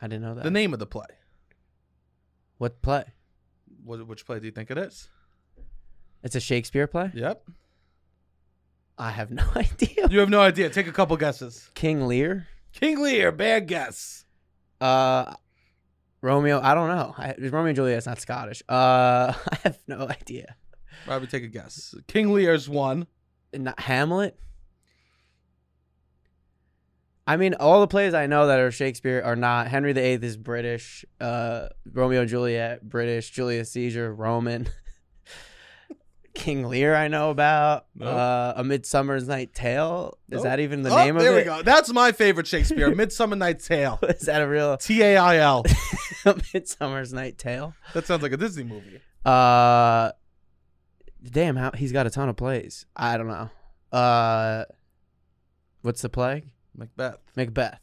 Speaker 2: I didn't know that.
Speaker 1: The name of the play.
Speaker 2: What play?
Speaker 1: What, which play do you think it is?
Speaker 2: It's a Shakespeare play. [laughs]
Speaker 1: Yep.
Speaker 2: I have no [laughs] idea.
Speaker 1: You have no idea. Take a couple guesses.
Speaker 2: King Lear,
Speaker 1: King Lear. Bad guess.
Speaker 2: uh, Romeo. I don't know. I, Romeo and Juliet's not Scottish. Uh, [laughs] I have no idea.
Speaker 1: Probably take a guess. King Lear's one.
Speaker 2: Not Hamlet. I mean, all the plays I know that are Shakespeare are not. Henry VIII is British. Uh, Romeo and Juliet, British. Julius Caesar, Roman. [laughs] King Lear, I know about.
Speaker 1: No.
Speaker 2: Uh, A Midsummer's Night Tale. Is
Speaker 1: Nope.
Speaker 2: that even the
Speaker 1: Oh,
Speaker 2: name of
Speaker 1: there
Speaker 2: it?
Speaker 1: we go. That's my favorite Shakespeare. [laughs] Midsummer Night's Tale.
Speaker 2: [laughs] Is that a real [laughs]
Speaker 1: T A I L.
Speaker 2: Midsummer's Night Tale?
Speaker 1: That sounds like a Disney movie.
Speaker 2: Uh, damn, how he's got a ton of plays. I don't know. Uh, what's the play?
Speaker 1: Macbeth.
Speaker 2: Macbeth.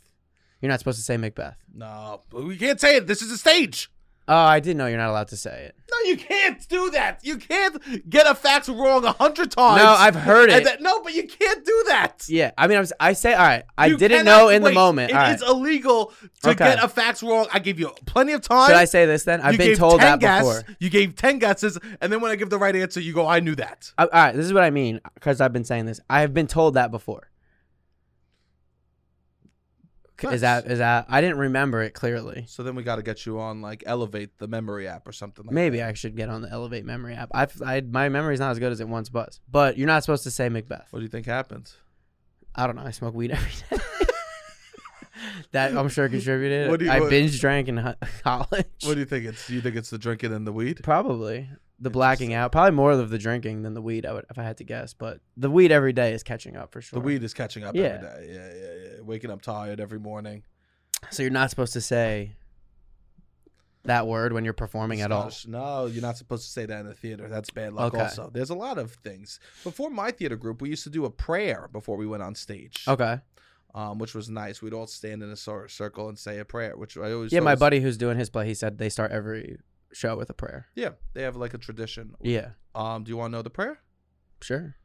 Speaker 2: You're not supposed to say Macbeth.
Speaker 1: No, we can't say it. This is a stage.
Speaker 2: Oh, I did know you're not allowed to say it.
Speaker 1: No, you can't do that. You can't get a fact wrong a hundred times.
Speaker 2: No, I've heard
Speaker 1: And
Speaker 2: it.
Speaker 1: that- no, but you can't do that.
Speaker 2: Yeah, I mean, I, was, I say, all right. I
Speaker 1: You
Speaker 2: didn't
Speaker 1: cannot-
Speaker 2: know in the
Speaker 1: wait,
Speaker 2: moment.
Speaker 1: It
Speaker 2: All right.
Speaker 1: is illegal to
Speaker 2: Okay.
Speaker 1: get a fact wrong. I gave you plenty of time.
Speaker 2: Should I say this then? I've
Speaker 1: you
Speaker 2: been
Speaker 1: gave 10
Speaker 2: told that
Speaker 1: guesses,
Speaker 2: before.
Speaker 1: You gave ten guesses, and then when I give the right answer, you go, "I knew that."
Speaker 2: I, all right, this is what I mean because I've been saying this. I have been told that before. C- Is
Speaker 1: Nice.
Speaker 2: that is that? I didn't remember it clearly.
Speaker 1: So then we got to get you on like Elevate the memory app or something. Like
Speaker 2: Maybe
Speaker 1: that.
Speaker 2: I should get on the Elevate Memory app. I've, I my memory's not as good as it once was. But you're not supposed to say Macbeth.
Speaker 1: What do you think happened?
Speaker 2: I don't know. I smoke weed every [laughs] day. that I'm sure contributed.
Speaker 1: What do you-
Speaker 2: I
Speaker 1: what-
Speaker 2: binge drank in ho- [laughs] college.
Speaker 1: What do you think? It's you think it's the drinking and the weed?
Speaker 2: Probably the blacking out. Probably more of the drinking than the weed. I would, if I had to guess. But the weed every day is catching up for sure.
Speaker 1: The weed is catching up
Speaker 2: Yeah.
Speaker 1: every day. Yeah, yeah, yeah. Waking up tired every morning.
Speaker 2: So you're not supposed to say that word when you're performing at all.
Speaker 1: Scottish- No, you're not supposed to say that in the theater. That's bad luck.
Speaker 2: Okay.
Speaker 1: Also, there's a lot of things. Before my theater group, we used to do a prayer before we went on stage,
Speaker 2: Okay.
Speaker 1: um, which was nice. We'd all stand in a sort of circle and say a prayer, which I always
Speaker 2: Yeah,
Speaker 1: thought
Speaker 2: my
Speaker 1: was-
Speaker 2: buddy who's doing his play, he said they start every show with a prayer.
Speaker 1: Yeah, they have like a tradition.
Speaker 2: Yeah.
Speaker 1: Um, do you want to know the prayer?
Speaker 2: Sure.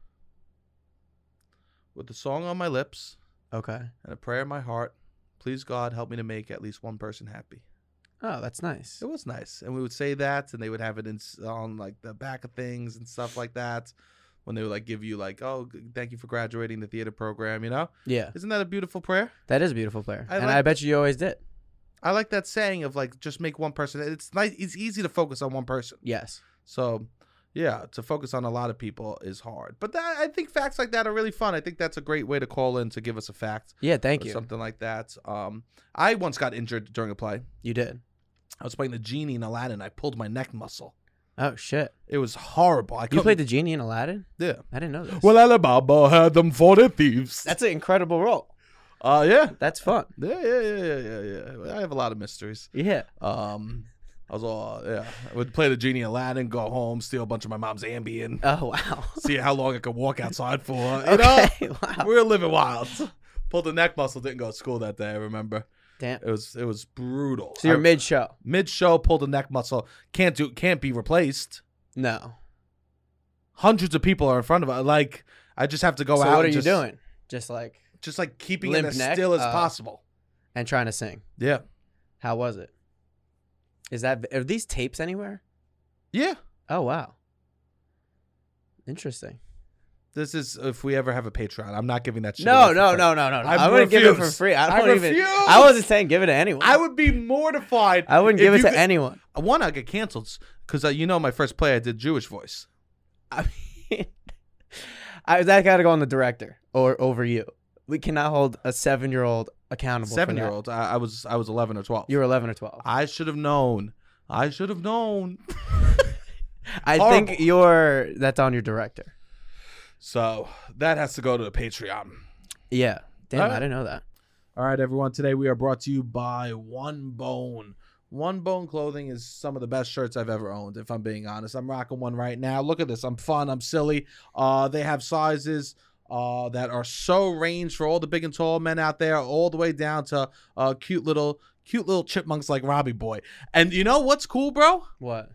Speaker 1: With the song on my lips
Speaker 2: Okay.
Speaker 1: and a prayer in my heart, please God help me to make at least one person happy.
Speaker 2: Oh, that's nice.
Speaker 1: It was nice, and we would say that, and they would have it in, on like the back of things and stuff like that. when they would like give you like, oh, g- thank you for graduating the theater program. You know,
Speaker 2: Yeah,
Speaker 1: isn't that a beautiful prayer?
Speaker 2: that is a beautiful player,
Speaker 1: I
Speaker 2: and
Speaker 1: like-
Speaker 2: I bet you you always did.
Speaker 1: I like that saying of like just make one person. It's nice. It's easy to focus on one person.
Speaker 2: Yes,
Speaker 1: So, yeah, to focus on a lot of people is hard. But that, I think facts like that are really fun. I think that's a great way to call in to give us a fact
Speaker 2: yeah, thank
Speaker 1: or
Speaker 2: you.
Speaker 1: something like that. Um, I once got injured during a play.
Speaker 2: You did.
Speaker 1: I was playing the genie in Aladdin. I pulled my neck muscle.
Speaker 2: Oh shit,
Speaker 1: It was horrible. I
Speaker 2: you
Speaker 1: couldn't-
Speaker 2: played the genie in Aladdin.
Speaker 1: yeah.
Speaker 2: I didn't know
Speaker 1: [laughs]
Speaker 2: this.
Speaker 1: Well, Alibaba had them for the thieves.
Speaker 2: that's an incredible role.
Speaker 1: uh, yeah.
Speaker 2: That's fun.
Speaker 1: Yeah, yeah, yeah, yeah, yeah, yeah. I have a lot of mysteries.
Speaker 2: Yeah,
Speaker 1: Um, I was all yeah. I would play the genie in Aladdin, go home, steal a bunch of my mom's Ambien, [laughs]
Speaker 2: Oh wow.
Speaker 1: see how long I could walk outside for. You know,
Speaker 2: [laughs] okay. Wow.
Speaker 1: we were living wild. Pulled the neck muscle, didn't go to school that day. I remember
Speaker 2: Damn.
Speaker 1: it was it was brutal.
Speaker 2: So you're
Speaker 1: I-
Speaker 2: mid show.
Speaker 1: mid show, pulled the neck muscle. Can't do, can't be replaced.
Speaker 2: No.
Speaker 1: Hundreds of people are in front of us. Like I just have to go
Speaker 2: so
Speaker 1: out.
Speaker 2: what
Speaker 1: and
Speaker 2: are you
Speaker 1: just-
Speaker 2: doing? Just like
Speaker 1: Just like keeping
Speaker 2: Limp
Speaker 1: it as
Speaker 2: neck?
Speaker 1: still as
Speaker 2: Uh,
Speaker 1: possible.
Speaker 2: and trying to sing.
Speaker 1: Yeah,
Speaker 2: How was it? Is that are these tapes anywhere?
Speaker 1: yeah.
Speaker 2: Oh wow. Interesting.
Speaker 1: This is if we ever have a Patreon. I'm not giving that shit.
Speaker 2: No,
Speaker 1: away for
Speaker 2: no,
Speaker 1: free.
Speaker 2: no, no, no, no.
Speaker 1: I
Speaker 2: I, wouldn't give it for
Speaker 1: refuse.
Speaker 2: free. I
Speaker 1: I
Speaker 2: don't even.
Speaker 1: refuse.
Speaker 2: I wasn't saying give it to anyone.
Speaker 1: I would be mortified.
Speaker 2: I wouldn't
Speaker 1: if
Speaker 2: give it
Speaker 1: you
Speaker 2: to
Speaker 1: could-
Speaker 2: anyone.
Speaker 1: One, I get canceled because uh, you know my first play I did Jewish voice.
Speaker 2: I mean, [laughs] I, that got to go on the director or over you. We cannot hold a seven-year-old accountable. for that.
Speaker 1: Seven year old. I, I was I was 11 or 12.
Speaker 2: You were eleven or twelve.
Speaker 1: I should have known. I should have known.
Speaker 2: I think
Speaker 1: horrible.
Speaker 2: you're. That's on your director.
Speaker 1: So that has to go to the Patreon.
Speaker 2: Yeah. Damn,
Speaker 1: Alright.
Speaker 2: I didn't know that.
Speaker 1: All right, everyone. Today we are brought to you by One Bone. One Bone Clothing is some of the best shirts I've ever owned, if I'm being honest. I'm rocking one right now. Look at this. I'm fun. I'm silly. Uh, they have sizes uh, that are so range for all the big and tall men out there, all the way down to uh, cute little cute little chipmunks like Robbie Boy. And you know what's cool, bro?
Speaker 2: What?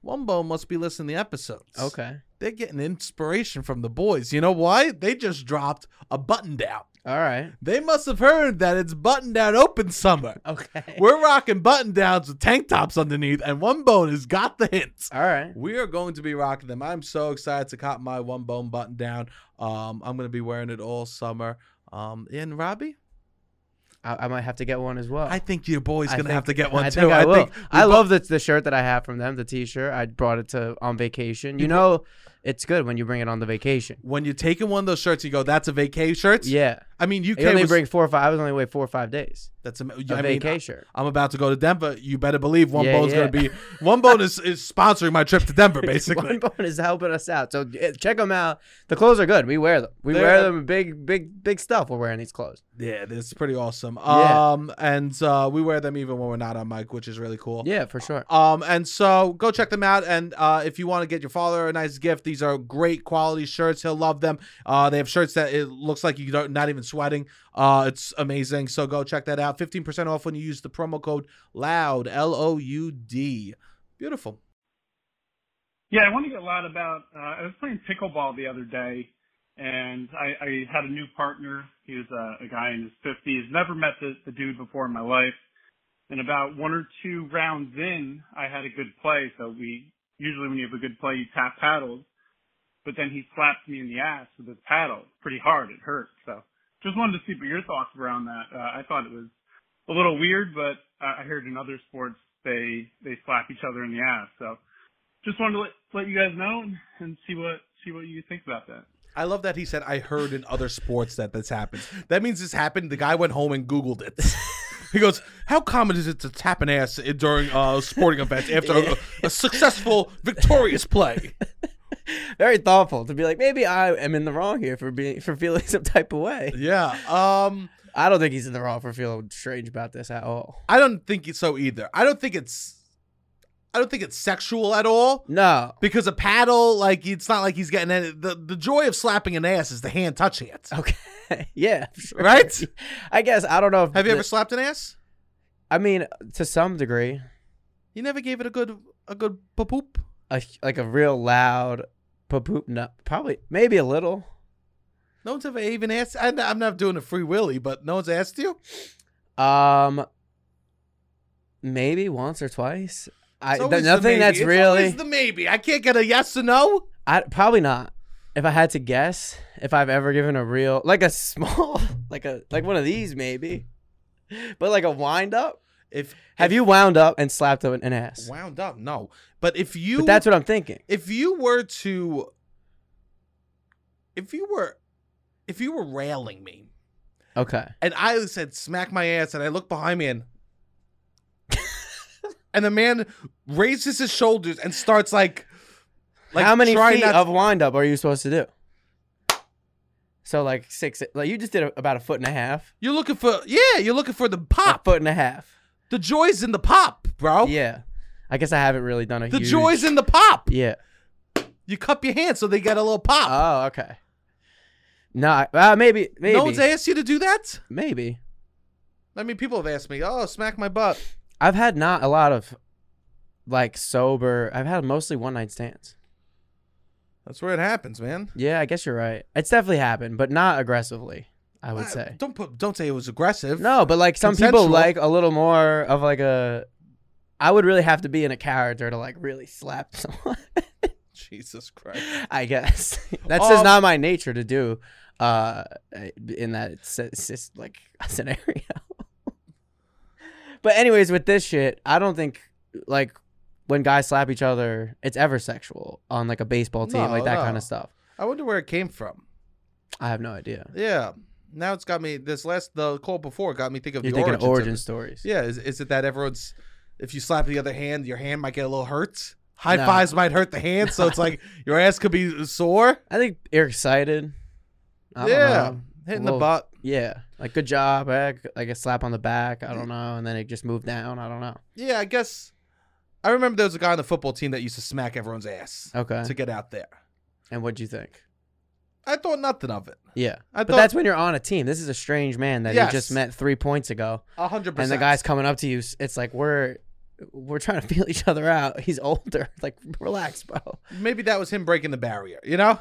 Speaker 1: One Bone must be listening to the episodes.
Speaker 2: Okay.
Speaker 1: They're getting inspiration from the boys. You know why? They just dropped a button down.
Speaker 2: All right.
Speaker 1: They must have heard that it's button down open summer.
Speaker 2: Okay.
Speaker 1: We're rocking button downs with tank tops underneath, and one bone has got the hints.
Speaker 2: [laughs] All right.
Speaker 1: We are going to be rocking them. I'm so excited to cop my one bone button down. Um, I'm gonna be wearing it all summer. Um, and Robbie,
Speaker 2: I, I might have to get one as well.
Speaker 1: I think your boy's
Speaker 2: I
Speaker 1: gonna
Speaker 2: think-
Speaker 1: have to get one
Speaker 2: I
Speaker 1: too.
Speaker 2: Think I, will.
Speaker 1: we
Speaker 2: I
Speaker 1: bo-
Speaker 2: love the, the shirt that I have from them, the T-shirt. I brought it to on vacation. You know, it's good when you bring it on the vacation.
Speaker 1: when you're taking one of those shirts. You go, that's a vacay shirt.
Speaker 2: Yeah,
Speaker 1: I mean, UK
Speaker 2: you only
Speaker 1: was,
Speaker 2: bring four or five. I was only away four or five days.
Speaker 1: that's a,
Speaker 2: A
Speaker 1: I mean,
Speaker 2: vacay shirt.
Speaker 1: I'm about to go to Denver. You better believe one
Speaker 2: Yeah,
Speaker 1: bone's
Speaker 2: yeah.
Speaker 1: gonna be one bone
Speaker 2: [laughs]
Speaker 1: is, is sponsoring my trip to Denver, basically.
Speaker 2: One bone is helping us out. So eh, check them out. The clothes are good. We wear them. We
Speaker 1: They're-
Speaker 2: wear them. Big, big, big stuff. We're wearing these clothes.
Speaker 1: Yeah, this is pretty awesome.
Speaker 2: Yeah.
Speaker 1: Um, and uh, we wear them even when we're not on mic, which is really cool.
Speaker 2: Yeah, for sure.
Speaker 1: Um, and so go check them out. And uh, if you want to get your father a nice gift, these are great quality shirts. He'll love them. Uh, they have shirts that it looks like you're not even sweating. Uh, it's amazing. So go check that out. 15% off when you use the promo code LOUD, L O U D. Beautiful.
Speaker 5: Yeah, I want to get loud about. Uh, I was playing pickleball the other day, and I, I had a new partner. He was a, a guy in his fifties. Never met the, the dude before in my life. And about one or two rounds in, I had a good play. So we usually when you have a good play, you tap paddles. But then he slapped me in the ass with his paddle pretty hard. It hurt. So just wanted to see what your thoughts were on that. Uh, I thought it was a little weird, but I I heard in other sports they they slap each other in the ass. So just wanted to let, let you guys know and, and see what see what you think about that.
Speaker 1: I love that he said, I heard in other sports that this happens. That means this happened. The guy went home and Googled it. He goes, How common is it to tap an ass during uh, sporting events after a, a successful, victorious play?
Speaker 2: [laughs] Very thoughtful to be like, maybe I am in the wrong here for being for feeling some type of way.
Speaker 1: Yeah. Um,
Speaker 2: [laughs] I don't think he's in the wrong for feeling strange about this at all.
Speaker 1: I don't think it's so either. I don't think it's. I don't think it's sexual at all
Speaker 2: No. [laughs]
Speaker 1: because a paddle, like it's not like he's getting any. The, the joy of slapping an ass is the hand touching it.
Speaker 2: Okay. yeah. sure.
Speaker 1: Right?
Speaker 2: [laughs] I guess I don't know. If
Speaker 1: Have you
Speaker 2: the-
Speaker 1: ever slapped an ass?
Speaker 2: I mean, to some degree,
Speaker 1: You never gave it a good a good poop.
Speaker 2: a, like a real loud poop poop. No, probably maybe a little.
Speaker 1: No one's ever even asked. I, I'm not doing a free willy, but no one's asked you.
Speaker 2: Um, maybe once or twice. I
Speaker 1: It's
Speaker 2: th-
Speaker 1: always the
Speaker 2: nothing
Speaker 1: maybe.
Speaker 2: that's
Speaker 1: It's
Speaker 2: really.
Speaker 1: always the maybe. I can't get a yes or no.
Speaker 2: I probably not. if I had to guess, if I've ever given a real like a small [laughs] like a like one of these maybe, but like a wind up.
Speaker 1: If
Speaker 2: Have you wound up and slapped an an ass?
Speaker 1: wound up? No. But if you
Speaker 2: But that's what I'm thinking.
Speaker 1: if you were to if you were if you were railing me
Speaker 2: Okay.
Speaker 1: and I said smack my ass and I look behind me
Speaker 2: [laughs]
Speaker 1: and and the man raises his shoulders and starts like like
Speaker 2: How many
Speaker 1: trying
Speaker 2: feet
Speaker 1: not-
Speaker 2: of wind up are you supposed to do? So like six. Like you just did a, about a foot and a half.
Speaker 1: you're looking for yeah you're looking for the pop
Speaker 2: A foot and a half.
Speaker 1: the joy's in the pop bro
Speaker 2: Yeah. I guess I haven't really done a
Speaker 1: Oh. the
Speaker 2: huge-
Speaker 1: joy's in the pop
Speaker 2: Yeah.
Speaker 1: you cup your hand so they get a little pop
Speaker 2: Oh, okay. No, I- uh, maybe, maybe,
Speaker 1: no one's asked you to do that
Speaker 2: maybe.
Speaker 1: I mean people have asked me oh smack my butt
Speaker 2: I've had not a lot of like sober. I've had mostly one night stands.
Speaker 1: that's where it happens man
Speaker 2: Yeah, I guess you're right. It's definitely happened, but not aggressively. I would
Speaker 1: Uh,
Speaker 2: say
Speaker 1: don't put don't say it was aggressive
Speaker 2: no, but like some
Speaker 1: Consensual.
Speaker 2: people like a little more of like a. I would really have to be in a character to like really slap [laughs] someone.
Speaker 1: [laughs] Jesus Christ.
Speaker 2: I guess [laughs] that's just
Speaker 1: Um,
Speaker 2: not my nature to do. Uh, in that s- s- like [laughs] scenario. but anyways, with this shit, I don't think like when guys slap each other, it's ever sexual on like a baseball team,
Speaker 1: No,
Speaker 2: like that
Speaker 1: no.
Speaker 2: kind of stuff.
Speaker 1: I wonder where it came from.
Speaker 2: I have no idea.
Speaker 1: Yeah. Now it's got me this last the call before got me thinking of
Speaker 2: You're
Speaker 1: the
Speaker 2: thinking
Speaker 1: origins
Speaker 2: origin,
Speaker 1: of
Speaker 2: origin
Speaker 1: it.
Speaker 2: stories.
Speaker 1: Yeah, is, is it that everyone's if you slap the other hand, your hand might get a little hurt? High
Speaker 2: No.
Speaker 1: fives might hurt the hand, so it's
Speaker 2: [laughs]
Speaker 1: like your ass could be sore.
Speaker 2: I think you're excited. I don't
Speaker 1: yeah.
Speaker 2: know.
Speaker 1: Hitting
Speaker 2: Little-
Speaker 1: the butt.
Speaker 2: Yeah, like good job, eh? like a slap on the back. I don't know, and then it just moved down. I don't know.
Speaker 1: Yeah, I guess I remember there was a guy on the football team that used to smack everyone's ass
Speaker 2: Okay.
Speaker 1: to get out there.
Speaker 2: And what'd you think?
Speaker 1: I thought nothing of it.
Speaker 2: Yeah,
Speaker 1: I
Speaker 2: but
Speaker 1: thought-
Speaker 2: that's when you're on a team. This is a strange man that
Speaker 1: Yes.
Speaker 2: you just met three points ago,
Speaker 1: A hundred
Speaker 2: and
Speaker 1: percent.
Speaker 2: the guy's coming up to you. s- It's like we're we're trying to [laughs] feel each other out. He's older. [laughs] Like relax, bro.
Speaker 1: maybe that was him breaking the barrier, you know?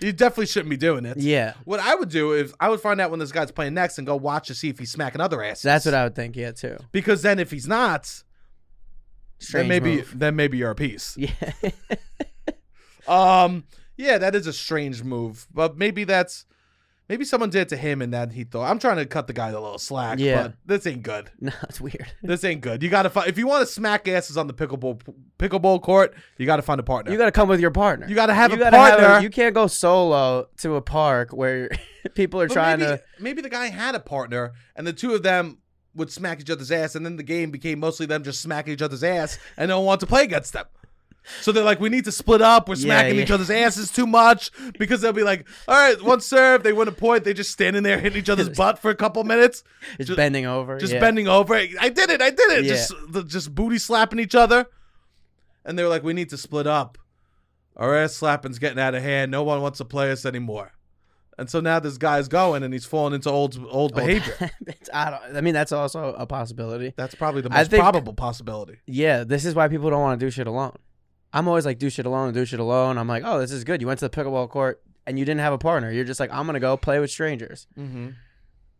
Speaker 1: You definitely shouldn't be doing it.
Speaker 2: Yeah,
Speaker 1: What I would do is I would find out when this guy's playing next and go watch to see if he's smacking other asses.
Speaker 2: so that's what I would think. Yeah, too.
Speaker 1: because then if he's not,
Speaker 2: Strange
Speaker 1: then maybe
Speaker 2: move. [laughs]
Speaker 1: then maybe you're a piece.
Speaker 2: Yeah, [laughs]
Speaker 1: Um, yeah, that is a strange move, but maybe that's maybe someone did it to him and then he thought I'm trying to cut the guy a little slack.
Speaker 2: Yeah.
Speaker 1: but this ain't good.
Speaker 2: no, it's weird.
Speaker 1: This ain't good. You got to find if you want to smack asses on the pickleball pickleball court, you got to find a partner.
Speaker 2: You got to come with your partner.
Speaker 1: You gotta have a
Speaker 2: have
Speaker 1: partner.
Speaker 2: you can't go solo to a park where [laughs] people are
Speaker 1: But
Speaker 2: trying
Speaker 1: maybe,
Speaker 2: to.
Speaker 1: maybe the guy had a partner and the two of them would smack each other's ass and then the game became mostly them just smacking each other's ass and no one wants to play against them so they're like we need to split up we're
Speaker 2: Yeah,
Speaker 1: smacking
Speaker 2: yeah.
Speaker 1: each other's asses too much because they'll be like all right one serve they win a point they just standing there hitting each
Speaker 2: [laughs]
Speaker 1: other's butt for a couple minutes
Speaker 2: Just,
Speaker 1: ju-
Speaker 2: bending over.
Speaker 1: just
Speaker 2: yeah.
Speaker 1: bending over i did it i did it
Speaker 2: Yeah.
Speaker 1: just the, just booty slapping each other and they were like we need to split up our ass slapping's getting out of hand no one wants to play us anymore and so now this guy's going and he's falling into old old
Speaker 2: Old [laughs]
Speaker 1: behavior
Speaker 2: habits. I don't. I mean, that's also a possibility.
Speaker 1: That's probably the
Speaker 2: I
Speaker 1: most
Speaker 2: think-
Speaker 1: probable possibility.
Speaker 2: Yeah, this is why people don't want to do shit alone. I'm always like, do shit alone, do shit alone. I'm like, oh, this is good. You went to the pickleball court and you didn't have a partner. You're just like, I'm gonna go play with strangers.
Speaker 1: Mm-hmm.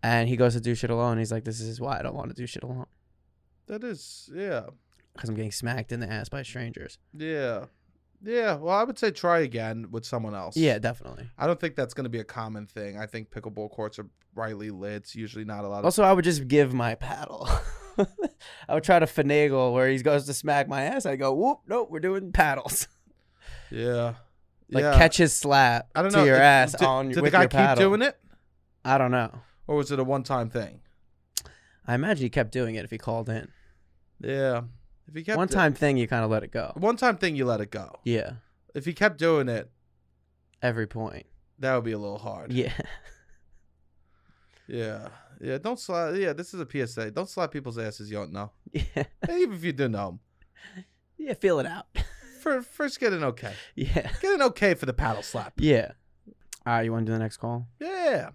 Speaker 2: And he goes to do shit alone. He's like, this is why I don't want to do shit alone
Speaker 1: That is, yeah,
Speaker 2: because I'm getting smacked in the ass by strangers.
Speaker 1: yeah, yeah. Well, I would say try again with someone else.
Speaker 2: Yeah, definitely.
Speaker 1: I don't think that's going to be a common thing. I think pickleball courts are brightly lit. It's usually not a lot of.
Speaker 2: Also, I would just give my paddle. [laughs] I would try to finagle where he goes to smack my ass. I go, whoop, nope, we're doing paddles. [laughs]
Speaker 1: yeah,
Speaker 2: like
Speaker 1: yeah.
Speaker 2: catch his slap
Speaker 1: I don't
Speaker 2: to
Speaker 1: know.
Speaker 2: your
Speaker 1: Did-
Speaker 2: ass
Speaker 1: did,
Speaker 2: on
Speaker 1: Did
Speaker 2: with
Speaker 1: the guy
Speaker 2: your
Speaker 1: keep
Speaker 2: paddle.
Speaker 1: doing it,
Speaker 2: I don't know.
Speaker 1: or was it a one-time thing?
Speaker 2: I imagine he kept doing it if he called in.
Speaker 1: Yeah. If he kept
Speaker 2: One time thing, you kind of let it go.
Speaker 1: one-time thing, you let it go.
Speaker 2: Yeah,
Speaker 1: If he kept doing it,
Speaker 2: every point.
Speaker 1: that would be a little hard.
Speaker 2: Yeah, [laughs]
Speaker 1: Yeah. Yeah. Don't slap. Yeah. This is a PSA. Don't slap people's asses you don't know.
Speaker 2: yeah,
Speaker 1: Even if you do know 'em.
Speaker 2: yeah. Feel it out.
Speaker 1: For, first, get an okay.
Speaker 2: [laughs] Yeah,
Speaker 1: Get an okay for the paddle slap.
Speaker 2: yeah. All right, you want to do the next [laughs] call?
Speaker 1: Yeah.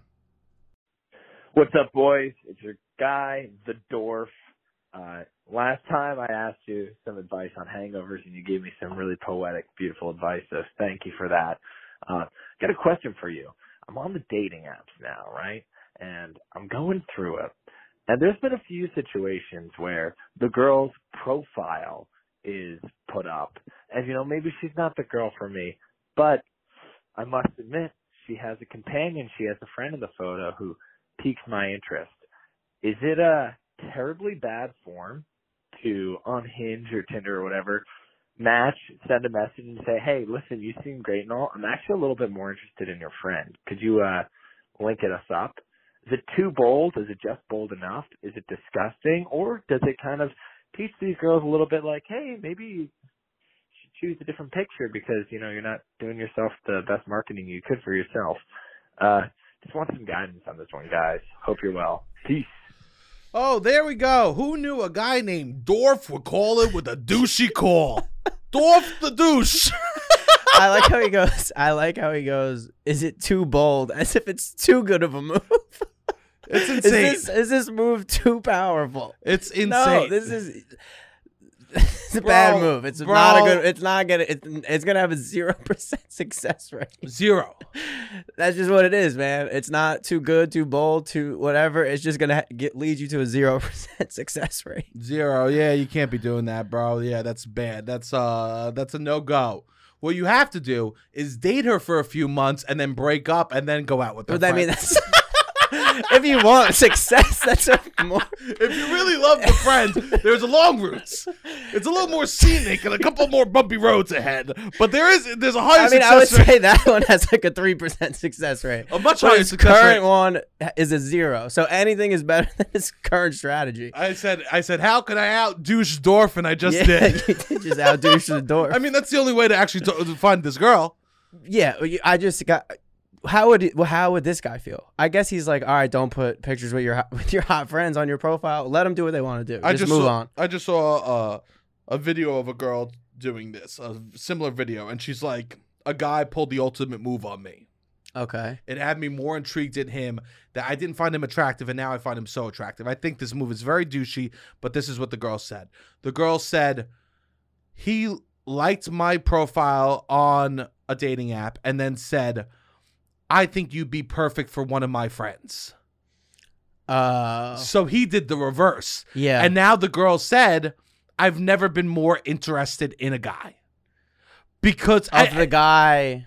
Speaker 6: What's up, boys? It's your guy, the Dwarf. Uh, last time I asked you some advice on hangovers, and you gave me some really poetic, beautiful advice. So thank you for that. Uh, got a question for you. I'm on the dating apps now, right? And I'm going through it, and there's been a few situations where the girl's profile is put up, and you know maybe she's not the girl for me, but I must admit, she has a companion. She has a friend in the photo who piques my interest. Is it a terribly bad form to on Hinge or Tinder or whatever match, send a message and say, "Hey, listen, you seem great and all. I'm actually a little bit more interested in your friend. Could you uh link it us up?" Is it too bold? Is it just bold enough? Is it disgusting? Or does it kind of teach these girls a little bit like, hey, maybe you should choose a different picture because, you know, you're not doing yourself the best marketing you could for yourself. Uh, just want some guidance on this one, guys. Hope you're well. Peace.
Speaker 1: Oh, there we go. Who knew a guy named Dorf would call it with a douchey
Speaker 2: [laughs]
Speaker 1: call? Dorf the douche.
Speaker 2: I like how he goes. I like how he goes. Is it too bold? As if it's too good of a move.
Speaker 1: [laughs] It's
Speaker 2: Is
Speaker 1: insane.
Speaker 2: this, is this move too powerful?
Speaker 1: it's insane.
Speaker 2: No, this is. [laughs] It's a bad
Speaker 1: Bro,
Speaker 2: move. It's not a
Speaker 1: bro.
Speaker 2: good. It's not gonna. It's, it's gonna have a zero percent success rate.
Speaker 1: zero.
Speaker 2: That's just what it is, man. It's not too good, too bold, too whatever. It's just gonna ha- get lead you to a zero [laughs] percent success rate.
Speaker 1: Zero. Yeah, you can't be doing that, bro. Yeah, that's bad. That's uh that's a no go. What you have to do is date her for a few months and then break up and then go out with her.
Speaker 2: But I mean,
Speaker 1: friend.
Speaker 2: that's [laughs] if you want success, that's a more.
Speaker 1: [laughs] if you really love the friend, there's a long routes. It's a little more scenic and a couple more bumpy roads ahead. But there is there's a higher
Speaker 2: I mean,
Speaker 1: success
Speaker 2: I would
Speaker 1: rate.
Speaker 2: say that one has like a three percent success rate.
Speaker 1: A much
Speaker 2: But
Speaker 1: higher
Speaker 2: his
Speaker 1: success
Speaker 2: current
Speaker 1: rate.
Speaker 2: one is a zero. So anything is better [laughs] than his current strategy.
Speaker 1: I said I said, how can I out douche Dorf and I just
Speaker 2: yeah, [laughs]
Speaker 1: did.
Speaker 2: you did just outdouche the door.
Speaker 1: I mean, that's the only way to actually to- to find this girl.
Speaker 2: yeah, you- I just got. How would it- well, how would this guy feel? I guess he's like, all right, don't put pictures with your hot- [laughs] with your hot friends on your profile. Let them do what they want to do.
Speaker 1: I
Speaker 2: just, move
Speaker 1: saw,
Speaker 2: on.
Speaker 1: I just saw uh, a video of a girl doing this, a similar video, and she's like, "A guy pulled the ultimate move on me.
Speaker 2: Okay.
Speaker 1: It had me more intrigued in him that I didn't find him attractive, and now I find him so attractive. I think this move is very douchey, but this is what the girl said. The girl said he liked my profile on a dating app, and then said." I think you'd be perfect for one of my friends.
Speaker 2: Uh.
Speaker 1: So he did the reverse.
Speaker 2: Yeah.
Speaker 1: And now the girl said, I've never been more interested in a guy. Because I-
Speaker 2: of the guy,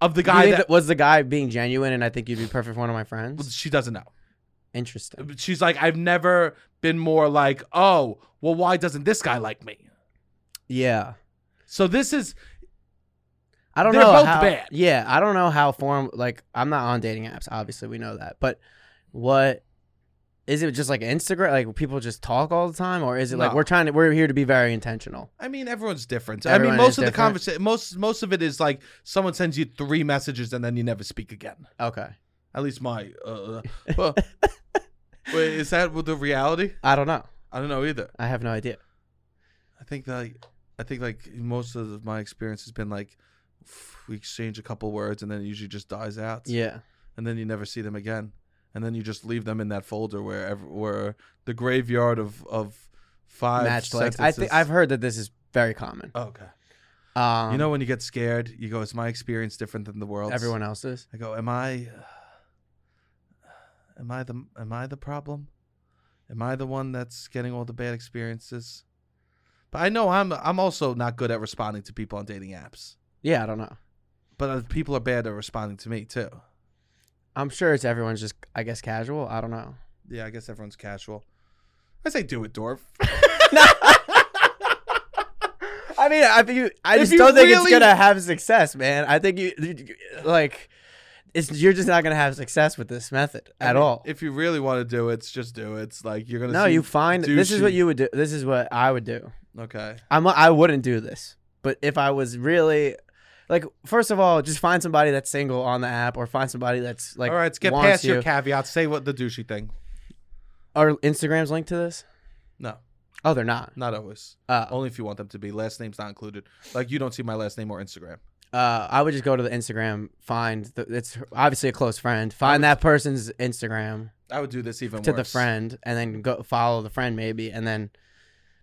Speaker 1: of the
Speaker 2: you
Speaker 1: guy
Speaker 2: think
Speaker 1: that,
Speaker 2: that was the guy being genuine, and I think you'd be perfect for one of my friends.
Speaker 1: she doesn't know.
Speaker 2: Interesting.
Speaker 1: She's like, I've never been more like, oh, well, why doesn't this guy like me?
Speaker 2: Yeah.
Speaker 1: So this is
Speaker 2: I don't
Speaker 1: They're
Speaker 2: know.
Speaker 1: both
Speaker 2: how,
Speaker 1: bad.
Speaker 2: Yeah, I don't know how form like I'm not on dating apps. Obviously, we know that. But what is it? Just like Instagram, like people just talk all the time, or is it like
Speaker 1: No.
Speaker 2: we're trying to we're here to be very intentional?
Speaker 1: I mean, everyone's different. I
Speaker 2: Everyone
Speaker 1: mean, most
Speaker 2: is
Speaker 1: of the
Speaker 2: different.
Speaker 1: conversation, most most of it is like someone sends you three messages and then you never speak again.
Speaker 2: Okay,
Speaker 1: At least my. Uh,
Speaker 2: [laughs]
Speaker 1: well, wait, is that the reality?
Speaker 2: I don't know.
Speaker 1: I don't know either.
Speaker 2: I have no idea.
Speaker 1: I think that like, I think like most of my experience has been like we exchange a couple words and then it usually just dies out.
Speaker 2: Yeah,
Speaker 1: And then you never see them again. And then you just leave them in that folder where ev- where the graveyard of of five
Speaker 2: matched legs.
Speaker 1: sentences.
Speaker 2: I think I've heard that this is very common.
Speaker 1: Oh, okay.
Speaker 2: Um,
Speaker 1: you know when you get scared, you go, "Is my experience different than the world's?"
Speaker 2: everyone else's.
Speaker 1: I go, "Am I? Am I the am I the problem? Am I the one that's getting all the bad experiences?" But I know I'm I'm also not good at responding to people on dating apps.
Speaker 2: Yeah, I don't know.
Speaker 1: But uh, people are bad at responding to me too.
Speaker 2: I'm sure it's everyone's just I guess casual. I don't know.
Speaker 1: Yeah, I guess everyone's casual. I say do it,
Speaker 2: [laughs]
Speaker 1: Dorf.
Speaker 2: I mean, I think you, I
Speaker 1: If
Speaker 2: just
Speaker 1: you
Speaker 2: don't think
Speaker 1: really-
Speaker 2: it's gonna have success, man. I think you, you- you- like it's you're just not gonna have success with this method
Speaker 1: I
Speaker 2: at
Speaker 1: mean,
Speaker 2: all.
Speaker 1: If you really want to do it, it's just do it. It's like you're gonna
Speaker 2: No,
Speaker 1: see
Speaker 2: you find this is what
Speaker 1: douchey-
Speaker 2: you would do. This is what I would do.
Speaker 1: okay.
Speaker 2: I'm I wouldn't do this, but if I was really like, first of all, just find somebody that's single on the app, or find somebody that's like
Speaker 1: All right, let's get
Speaker 2: wants
Speaker 1: past your
Speaker 2: you.
Speaker 1: caveats. Say what the douchey thing.
Speaker 2: Are Instagrams linked to this?
Speaker 1: No,
Speaker 2: Oh, they're not.
Speaker 1: not always.
Speaker 2: Uh,
Speaker 1: Only if you want them to be. Last name's not included. Like you don't see my last name or Instagram.
Speaker 2: uh, I would just go to the Instagram, find the, it's obviously a close friend, find that person's Instagram.
Speaker 1: I would do this even
Speaker 2: to
Speaker 1: worse.
Speaker 2: the friend and then go follow the friend maybe and then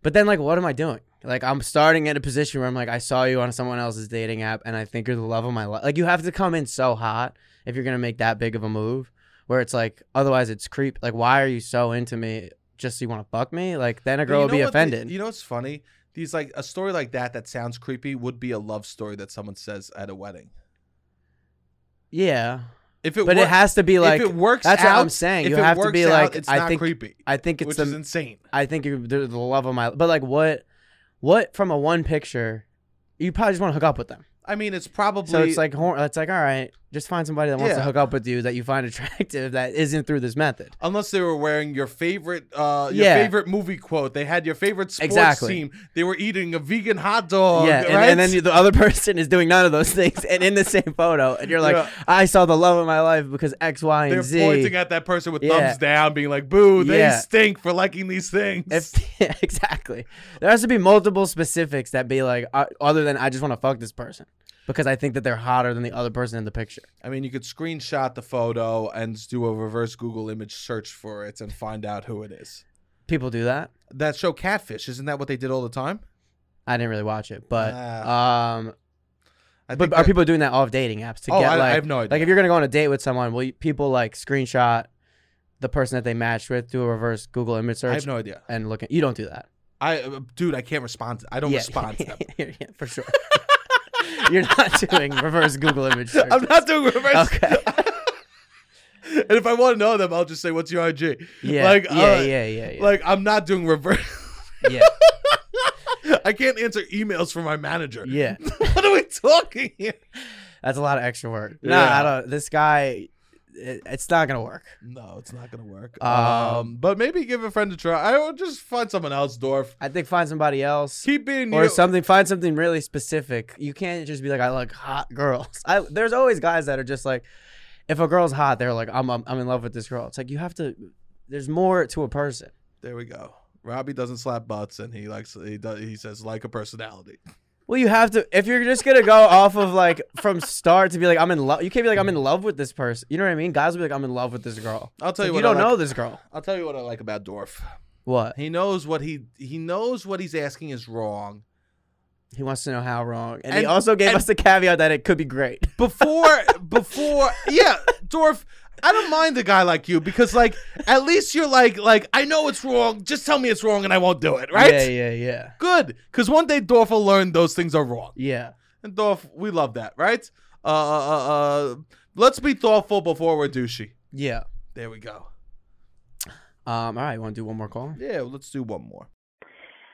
Speaker 2: but then like what am i doing like i'm starting at a position where i'm like i saw you on someone else's dating app and i think you're the love of my life like you have to come in so hot if you're gonna make that big of a move where it's like otherwise it's creep like why are you so into me just so you want to fuck me like then a
Speaker 1: But
Speaker 2: girl
Speaker 1: you
Speaker 2: would
Speaker 1: know
Speaker 2: be
Speaker 1: what the-
Speaker 2: offended
Speaker 1: you know what's funny? These like a story like that that sounds creepy would be a love story that someone says at a wedding.
Speaker 2: Yeah,
Speaker 1: If it
Speaker 2: but it
Speaker 1: wor-
Speaker 2: has to be like
Speaker 1: if it works
Speaker 2: That's
Speaker 1: out,
Speaker 2: what I'm saying.
Speaker 1: If
Speaker 2: You
Speaker 1: it
Speaker 2: have to
Speaker 1: works
Speaker 2: be
Speaker 1: out,
Speaker 2: like
Speaker 1: it's
Speaker 2: I
Speaker 1: not
Speaker 2: think
Speaker 1: creepy,
Speaker 2: I think it's
Speaker 1: which
Speaker 2: the
Speaker 1: is insane.
Speaker 2: I think you, the, the love of my but like what what from a one picture you probably just want to hook up with them.
Speaker 1: I mean, it's probably
Speaker 2: So it's like hor- it's like all right, just find somebody that wants to
Speaker 1: Yeah.
Speaker 2: hook up with you that you find [laughs] attractive that isn't through this method.
Speaker 1: unless they were wearing your favorite uh your
Speaker 2: Yeah.
Speaker 1: favorite movie quote they had your favorite sports
Speaker 2: Exactly.
Speaker 1: team they were eating a vegan hot dog
Speaker 2: yeah, and,
Speaker 1: Oh, right
Speaker 2: and then you- the other [laughs] person is doing none of those things and in the same photo and you're like
Speaker 1: Yeah.
Speaker 2: I saw the love of my life because X Y
Speaker 1: they're
Speaker 2: and Z.
Speaker 1: pointing at that person with
Speaker 2: Yeah.
Speaker 1: thumbs down being like boo they
Speaker 2: Yeah.
Speaker 1: stink for liking these things [laughs]
Speaker 2: If, [laughs] yeah, exactly. There has to be multiple specifics that be like, uh, other than I just want to fuck this person because I think that they're hotter than the other person in the picture.
Speaker 1: i mean you could screenshot the photo and just do a reverse google image search for it and find out who it is
Speaker 2: People do that.
Speaker 1: that show catfish isn't that what they did all the time
Speaker 2: I didn't really watch it, but um,
Speaker 1: Ah. I
Speaker 2: but
Speaker 1: think
Speaker 2: are
Speaker 1: that-
Speaker 2: people doing that off dating apps to
Speaker 1: Oh,
Speaker 2: get
Speaker 1: I- I
Speaker 2: like?
Speaker 1: have no idea.
Speaker 2: Like, if you're gonna go on a date with someone, will you, people like screenshot the person that they matched with, do a reverse Google image
Speaker 1: i
Speaker 2: search,
Speaker 1: have no idea
Speaker 2: and look at? You don't do that.
Speaker 1: i uh, dude i can't respond to, i don't
Speaker 2: Yeah. [laughs]
Speaker 1: respond to them
Speaker 2: yeah, for sure. [laughs] you're not doing reverse Google image search.
Speaker 1: [laughs] i'm not doing reverse
Speaker 2: Okay.
Speaker 1: [laughs] and if i want to know them i'll just say what's your ig
Speaker 2: Yeah.
Speaker 1: like
Speaker 2: yeah,
Speaker 1: uh,
Speaker 2: yeah. Yeah. Yeah.
Speaker 1: Like I'm not doing reverse. [laughs]
Speaker 2: yeah.
Speaker 1: I can't answer emails from my manager.
Speaker 2: Yeah.
Speaker 1: [laughs] what are we talking here?
Speaker 2: That's a lot of extra work.
Speaker 1: Yeah.
Speaker 2: Nah, I don't. This guy, it, it's not gonna work.
Speaker 1: No, it's not gonna work. Um,
Speaker 2: Um,
Speaker 1: but maybe give a friend a try. I will just find someone else, Dorf.
Speaker 2: I think find somebody else
Speaker 1: Keep being
Speaker 2: or
Speaker 1: you.
Speaker 2: something. Find something really specific. You can't just be like, I like hot [laughs] girls. I, there's always guys that are just like, if a girl's hot, they're like, I'm, I'm I'm in love with this girl. It's like you have to. There's more to a person.
Speaker 1: There we go. Robbie doesn't slap butts, and he likes he does, he says like a personality.
Speaker 2: Well, you have to. If you're just gonna
Speaker 1: [laughs]
Speaker 2: go off of like from start to be like, I'm in love. You can't be like, I'm in love with this person. You know what I mean? Guys will be like, I'm in love with this girl.
Speaker 1: I'll tell you
Speaker 2: Like, you
Speaker 1: what I
Speaker 2: don't
Speaker 1: like-
Speaker 2: know this girl.
Speaker 1: I'll tell you what I like about Dorf.
Speaker 2: What?
Speaker 1: He knows what he he knows what he's asking is wrong.
Speaker 2: He wants to know how wrong, and, he
Speaker 1: And-
Speaker 2: also gave
Speaker 1: and-
Speaker 2: us the caveat that it could be great. [laughs]
Speaker 1: before before yeah dwarf i don't mind a guy like you because like at least you're like like i know it's wrong just tell me it's wrong and i won't do it right
Speaker 2: Yeah, yeah, yeah.
Speaker 1: good because one day dwarf will learn those things are wrong
Speaker 2: Yeah.
Speaker 1: and dwarf we love that right uh uh uh, uh let's be thoughtful before we're douchey
Speaker 2: Yeah.
Speaker 1: there we go
Speaker 2: Um, all right, want to do one more call?
Speaker 1: yeah well, let's do one more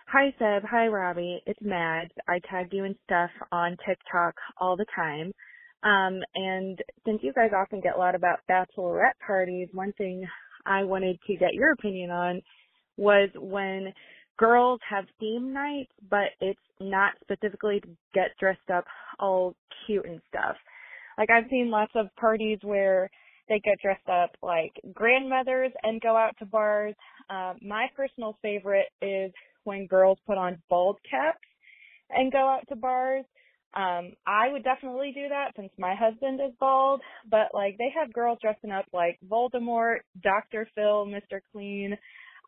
Speaker 7: Hi, Seb. Hi, Robbie. It's Mads. I tag you and stuff on TikTok all the time. Um, and since you guys often get a lot about bachelorette parties, one thing I wanted to get your opinion on was when girls have theme nights, but it's not specifically to get dressed up all cute and stuff. Like I've seen lots of parties where they get dressed up like grandmothers and go out to bars. Um, my personal favorite is when girls put on bald caps and go out to bars. Um, I would definitely do that since my husband is bald, but like they have girls dressing up like Voldemort, Dr. Phil, Mr. Clean.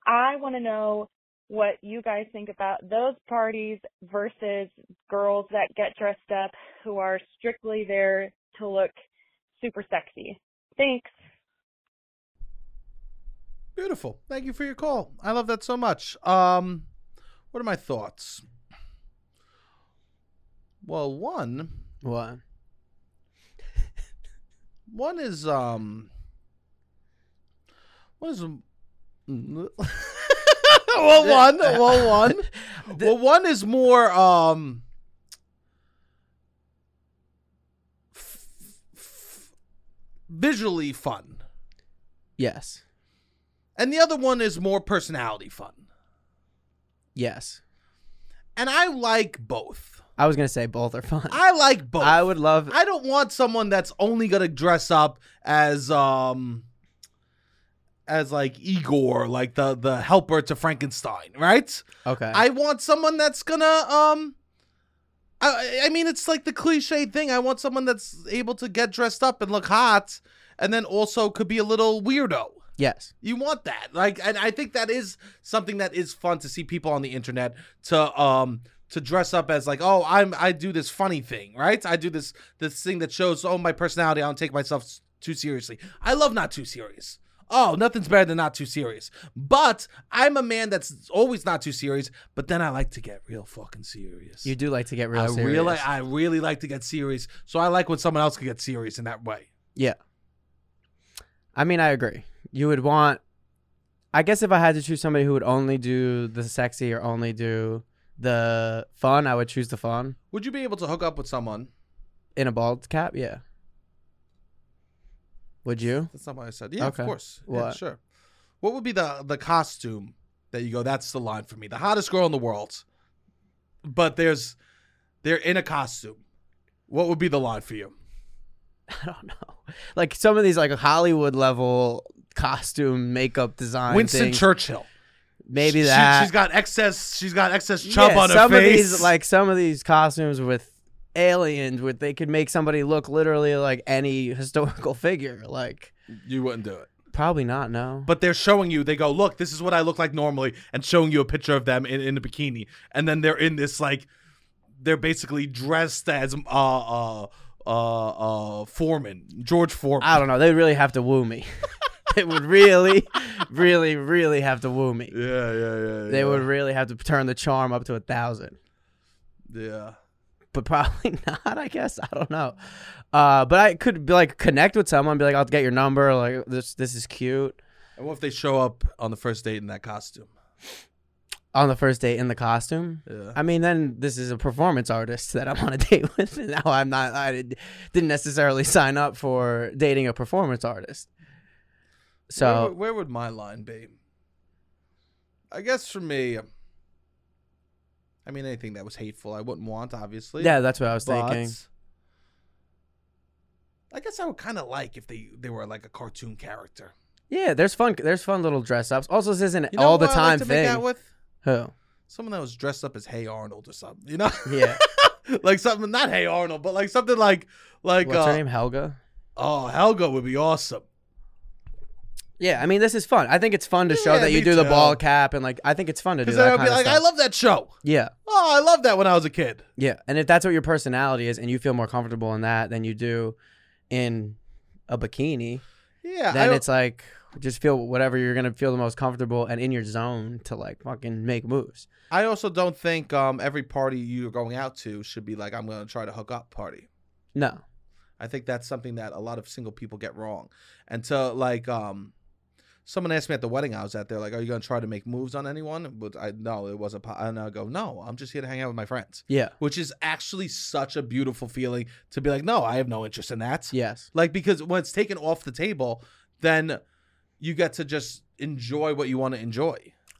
Speaker 7: I want to know what you guys think about those parties versus girls that get dressed up who are strictly there to look super sexy. Thanks.
Speaker 1: beautiful thank you for your call i love that so much um what are my thoughts well one
Speaker 2: What?
Speaker 1: One is um. What is um, [laughs] well one well one well one is more um. f- f- Visually fun,
Speaker 2: Yes.
Speaker 1: and the other one is more personality fun,
Speaker 2: Yes.
Speaker 1: and I like both.
Speaker 2: I was going to say both are fun. [laughs] I,
Speaker 1: I like both.
Speaker 2: would love.
Speaker 1: I don't want someone that's only gonna dress up as um as like Igor, like the the helper to Frankenstein, right?
Speaker 2: okay.
Speaker 1: I want someone that's gonna um I I mean it's like the cliche thing. I want someone that's able to get dressed up and look hot and then also could be a little weirdo.
Speaker 2: yes.
Speaker 1: You want that. Like and I think that is something that is fun to see people on the internet to um to dress up as like, oh, I'm I do this funny thing, right? I do this this thing that shows oh my personality, I don't take myself s- too seriously. I love not too serious. Oh, nothing's better than not too serious. But I'm a man that's always not too serious, but then I like to get real fucking serious.
Speaker 2: You do like to get real
Speaker 1: I
Speaker 2: serious.
Speaker 1: really I really like to get serious. So I like when someone else can get serious in that way.
Speaker 2: Yeah. I mean, I agree. You would want. I guess if I had to choose somebody who would only do the sexy or only do the fun, I would choose the fun
Speaker 1: Would you be able to hook up with someone?
Speaker 2: in a bald cap. Yeah.
Speaker 1: [laughs]
Speaker 2: Would you?
Speaker 1: That's not what I said. Yeah,
Speaker 2: Okay.
Speaker 1: of course. Yeah,
Speaker 2: What?
Speaker 1: sure. What would be the the costume that you go? That's the line for me. The hottest girl in the world, but there's they're in a costume. What would be the line for you?
Speaker 2: I don't know. Like some of these like Hollywood level costume makeup design.
Speaker 1: Winston
Speaker 2: things.
Speaker 1: Churchill.
Speaker 2: Maybe
Speaker 1: She-
Speaker 2: that.
Speaker 1: she's got excess. She's got excess chub
Speaker 2: Yeah,
Speaker 1: on her
Speaker 2: some
Speaker 1: face.
Speaker 2: Of these, like some of these costumes with aliens, with they could make somebody look literally like any [laughs] historical figure. Like
Speaker 1: you wouldn't do it.
Speaker 2: probably not. No.
Speaker 1: But they're showing you. They go, look, this is what I look like normally, and showing you a picture of them in, in a bikini, and then they're in this like, they're basically dressed as uh uh uh, uh Foreman, George Foreman.
Speaker 2: I don't know. They really have to woo me. [laughs] they would really, really, really have to woo me.
Speaker 1: Yeah, yeah, yeah.
Speaker 2: They
Speaker 1: yeah.
Speaker 2: would really have to turn the charm up to a thousand.
Speaker 1: Yeah.
Speaker 2: But probably [laughs] not. I guess I don't know. Uh, but I could be like connect with someone. Be like, I'll get your number. Like this, this is cute.
Speaker 1: And what if they show up on the first date in that costume?
Speaker 2: On the first date in the costume.
Speaker 1: Yeah.
Speaker 2: I mean, then this is a performance artist that I'm on a [laughs] date with. And now I'm not. I did- didn't necessarily sign up for dating a performance artist.
Speaker 1: where,
Speaker 2: So
Speaker 1: would- where would my line be? I guess for me, I mean anything that was hateful, I wouldn't want, obviously.
Speaker 2: yeah, that's what I was
Speaker 1: but
Speaker 2: thinking.
Speaker 1: I guess I would kind of like if they they were like a cartoon character.
Speaker 2: Yeah, there's fun. There's fun little dress ups. Also, this isn't
Speaker 1: You know
Speaker 2: all the
Speaker 1: who I
Speaker 2: time
Speaker 1: like to
Speaker 2: thing.
Speaker 1: Make out with
Speaker 2: Who?
Speaker 1: someone that was dressed up as Hey Arnold or something. You know,
Speaker 2: Yeah.
Speaker 1: [laughs] like something not Hey Arnold, but like something like like
Speaker 2: What's her
Speaker 1: uh,
Speaker 2: name? Helga.
Speaker 1: oh Helga would be awesome.
Speaker 2: Yeah, I mean, this is fun. I think it's fun to show
Speaker 1: Yeah,
Speaker 2: that you
Speaker 1: me
Speaker 2: do the
Speaker 1: too.
Speaker 2: ball cap and like. I think it's fun to do
Speaker 1: Because
Speaker 2: that
Speaker 1: then I'll
Speaker 2: kind
Speaker 1: be
Speaker 2: of
Speaker 1: like,
Speaker 2: stuff.
Speaker 1: I love that show.
Speaker 2: yeah,
Speaker 1: Oh, I loved that when I was a kid.
Speaker 2: yeah. And if that's what your personality is, and you feel more comfortable in that than you do in a bikini,
Speaker 1: Yeah. I
Speaker 2: then
Speaker 1: don't-
Speaker 2: it's like just feel whatever you're gonna feel the most comfortable and in your zone to like fucking make moves.
Speaker 1: I also don't think um, every party you're going out to should be like, I'm going to try to hook up party.
Speaker 2: No.
Speaker 1: I think that's something that a lot of single people get wrong. And to like, um, someone asked me at the wedding I was at, they're like, Are you going to try to make moves on anyone? But I, no, it wasn't. po- And I go, No, I'm just here to hang out with my friends,
Speaker 2: Yeah.
Speaker 1: which is actually such a beautiful feeling to be like, No, I have no interest in that.
Speaker 2: Yes.
Speaker 1: Like because when it's taken off the table, then you get to just enjoy what you want to enjoy.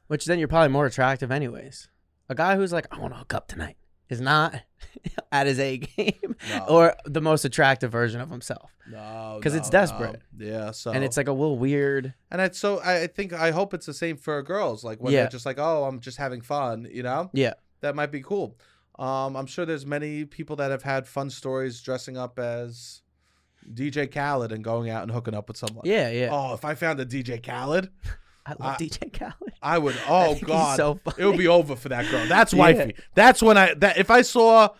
Speaker 2: Which then you're probably more attractive, anyways. A guy who's like, I want to hook up tonight is not [laughs] at his A game
Speaker 1: No.
Speaker 2: [laughs] or the most attractive version of himself.
Speaker 1: No,
Speaker 2: 'Cause it's
Speaker 1: no, no.
Speaker 2: desperate.
Speaker 1: Yeah, so
Speaker 2: And it's like a little weird.
Speaker 1: and it's so I I think I hope it's the same for girls. Like when
Speaker 2: Yeah.
Speaker 1: they're just like, oh, I'm just having fun, you know,
Speaker 2: Yeah.
Speaker 1: that might be cool. Um, I'm sure there's many people that have had fun stories dressing up as DJ Khaled and going out and hooking up with someone.
Speaker 2: Yeah. Yeah.
Speaker 1: Oh, if I found a DJ Khaled,
Speaker 2: I
Speaker 1: I-
Speaker 2: love DJ Khaled.
Speaker 1: I
Speaker 2: [laughs]
Speaker 1: would.
Speaker 2: I
Speaker 1: Oh
Speaker 2: think he's
Speaker 1: God,
Speaker 2: so
Speaker 1: it would be over for that girl. That's
Speaker 2: Yeah.
Speaker 1: wifey. That's when I that if I saw.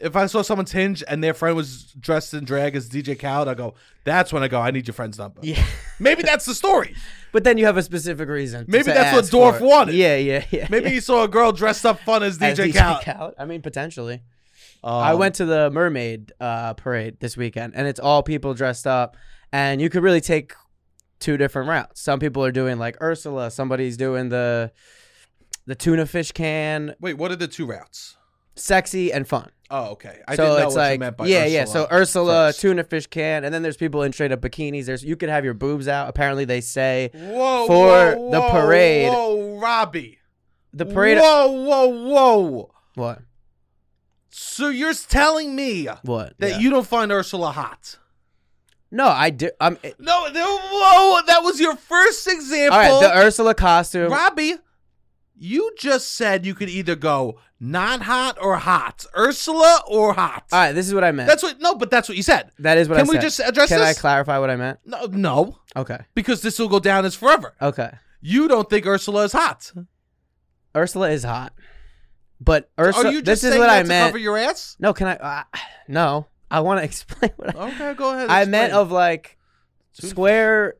Speaker 1: If I saw someone's hinge and their friend was dressed in drag as DJ Khaled, I go, that's when I go, I need your friend's number.
Speaker 2: Yeah.
Speaker 1: Maybe that's the story.
Speaker 2: [laughs] But then you have a specific reason.
Speaker 1: Maybe
Speaker 2: to
Speaker 1: that's what
Speaker 2: ask for
Speaker 1: Dorf
Speaker 2: it.
Speaker 1: wanted.
Speaker 2: Yeah. Yeah. Yeah.
Speaker 1: Maybe
Speaker 2: [laughs] yeah.
Speaker 1: he saw a girl dressed up fun as
Speaker 2: As
Speaker 1: DJ, Khaled.
Speaker 2: Khaled. I mean, potentially.
Speaker 1: Um,
Speaker 2: I went to the mermaid uh, parade this weekend, and it's all people dressed up, and you could really take two different routes. Some people are doing like Ursula, somebody's doing the the tuna fish can,
Speaker 1: Wait, what are the two routes?
Speaker 2: sexy and fun.
Speaker 1: Oh, okay. I
Speaker 2: so
Speaker 1: didn't know
Speaker 2: it's
Speaker 1: what
Speaker 2: like
Speaker 1: you meant by
Speaker 2: yeah,
Speaker 1: Ursula
Speaker 2: yeah. So Ursula,
Speaker 1: first.
Speaker 2: tuna fish can, and then there's people in straight up bikinis. There's you could have your boobs out. Apparently, they say
Speaker 1: Whoa,
Speaker 2: for
Speaker 1: whoa,
Speaker 2: the
Speaker 1: whoa,
Speaker 2: parade-
Speaker 1: Whoa, Robbie.
Speaker 2: the parade.
Speaker 1: Whoa, whoa, whoa.
Speaker 2: What?
Speaker 1: So you're telling me that
Speaker 2: What? Yeah.
Speaker 1: you don't find Ursula hot?
Speaker 2: no, I do. I'm
Speaker 1: No, no, whoa. That was your first example.
Speaker 2: all right. The Ursula costume.
Speaker 1: Robbie, you just said you could either go not hot or hot. Ursula or hot.
Speaker 2: all right, this is what I meant.
Speaker 1: That's what no, but that's what you said.
Speaker 2: that is what
Speaker 1: Can
Speaker 2: I
Speaker 1: we
Speaker 2: said.
Speaker 1: just address
Speaker 2: Can
Speaker 1: this?
Speaker 2: I clarify what I meant?
Speaker 1: No, no,
Speaker 2: Okay.
Speaker 1: because this will go down as forever.
Speaker 2: Okay.
Speaker 1: You don't think Ursula is hot?
Speaker 2: Ursula is hot, but Ursula.
Speaker 1: Are Oh, you just
Speaker 2: this is
Speaker 1: saying
Speaker 2: what
Speaker 1: that
Speaker 2: I
Speaker 1: to
Speaker 2: meant.
Speaker 1: cover your ass?
Speaker 2: no, can I? Uh, no, I want to [laughs] explain what I,
Speaker 1: Okay, go ahead.
Speaker 2: I
Speaker 1: explain.
Speaker 2: meant of like
Speaker 1: Two-
Speaker 2: square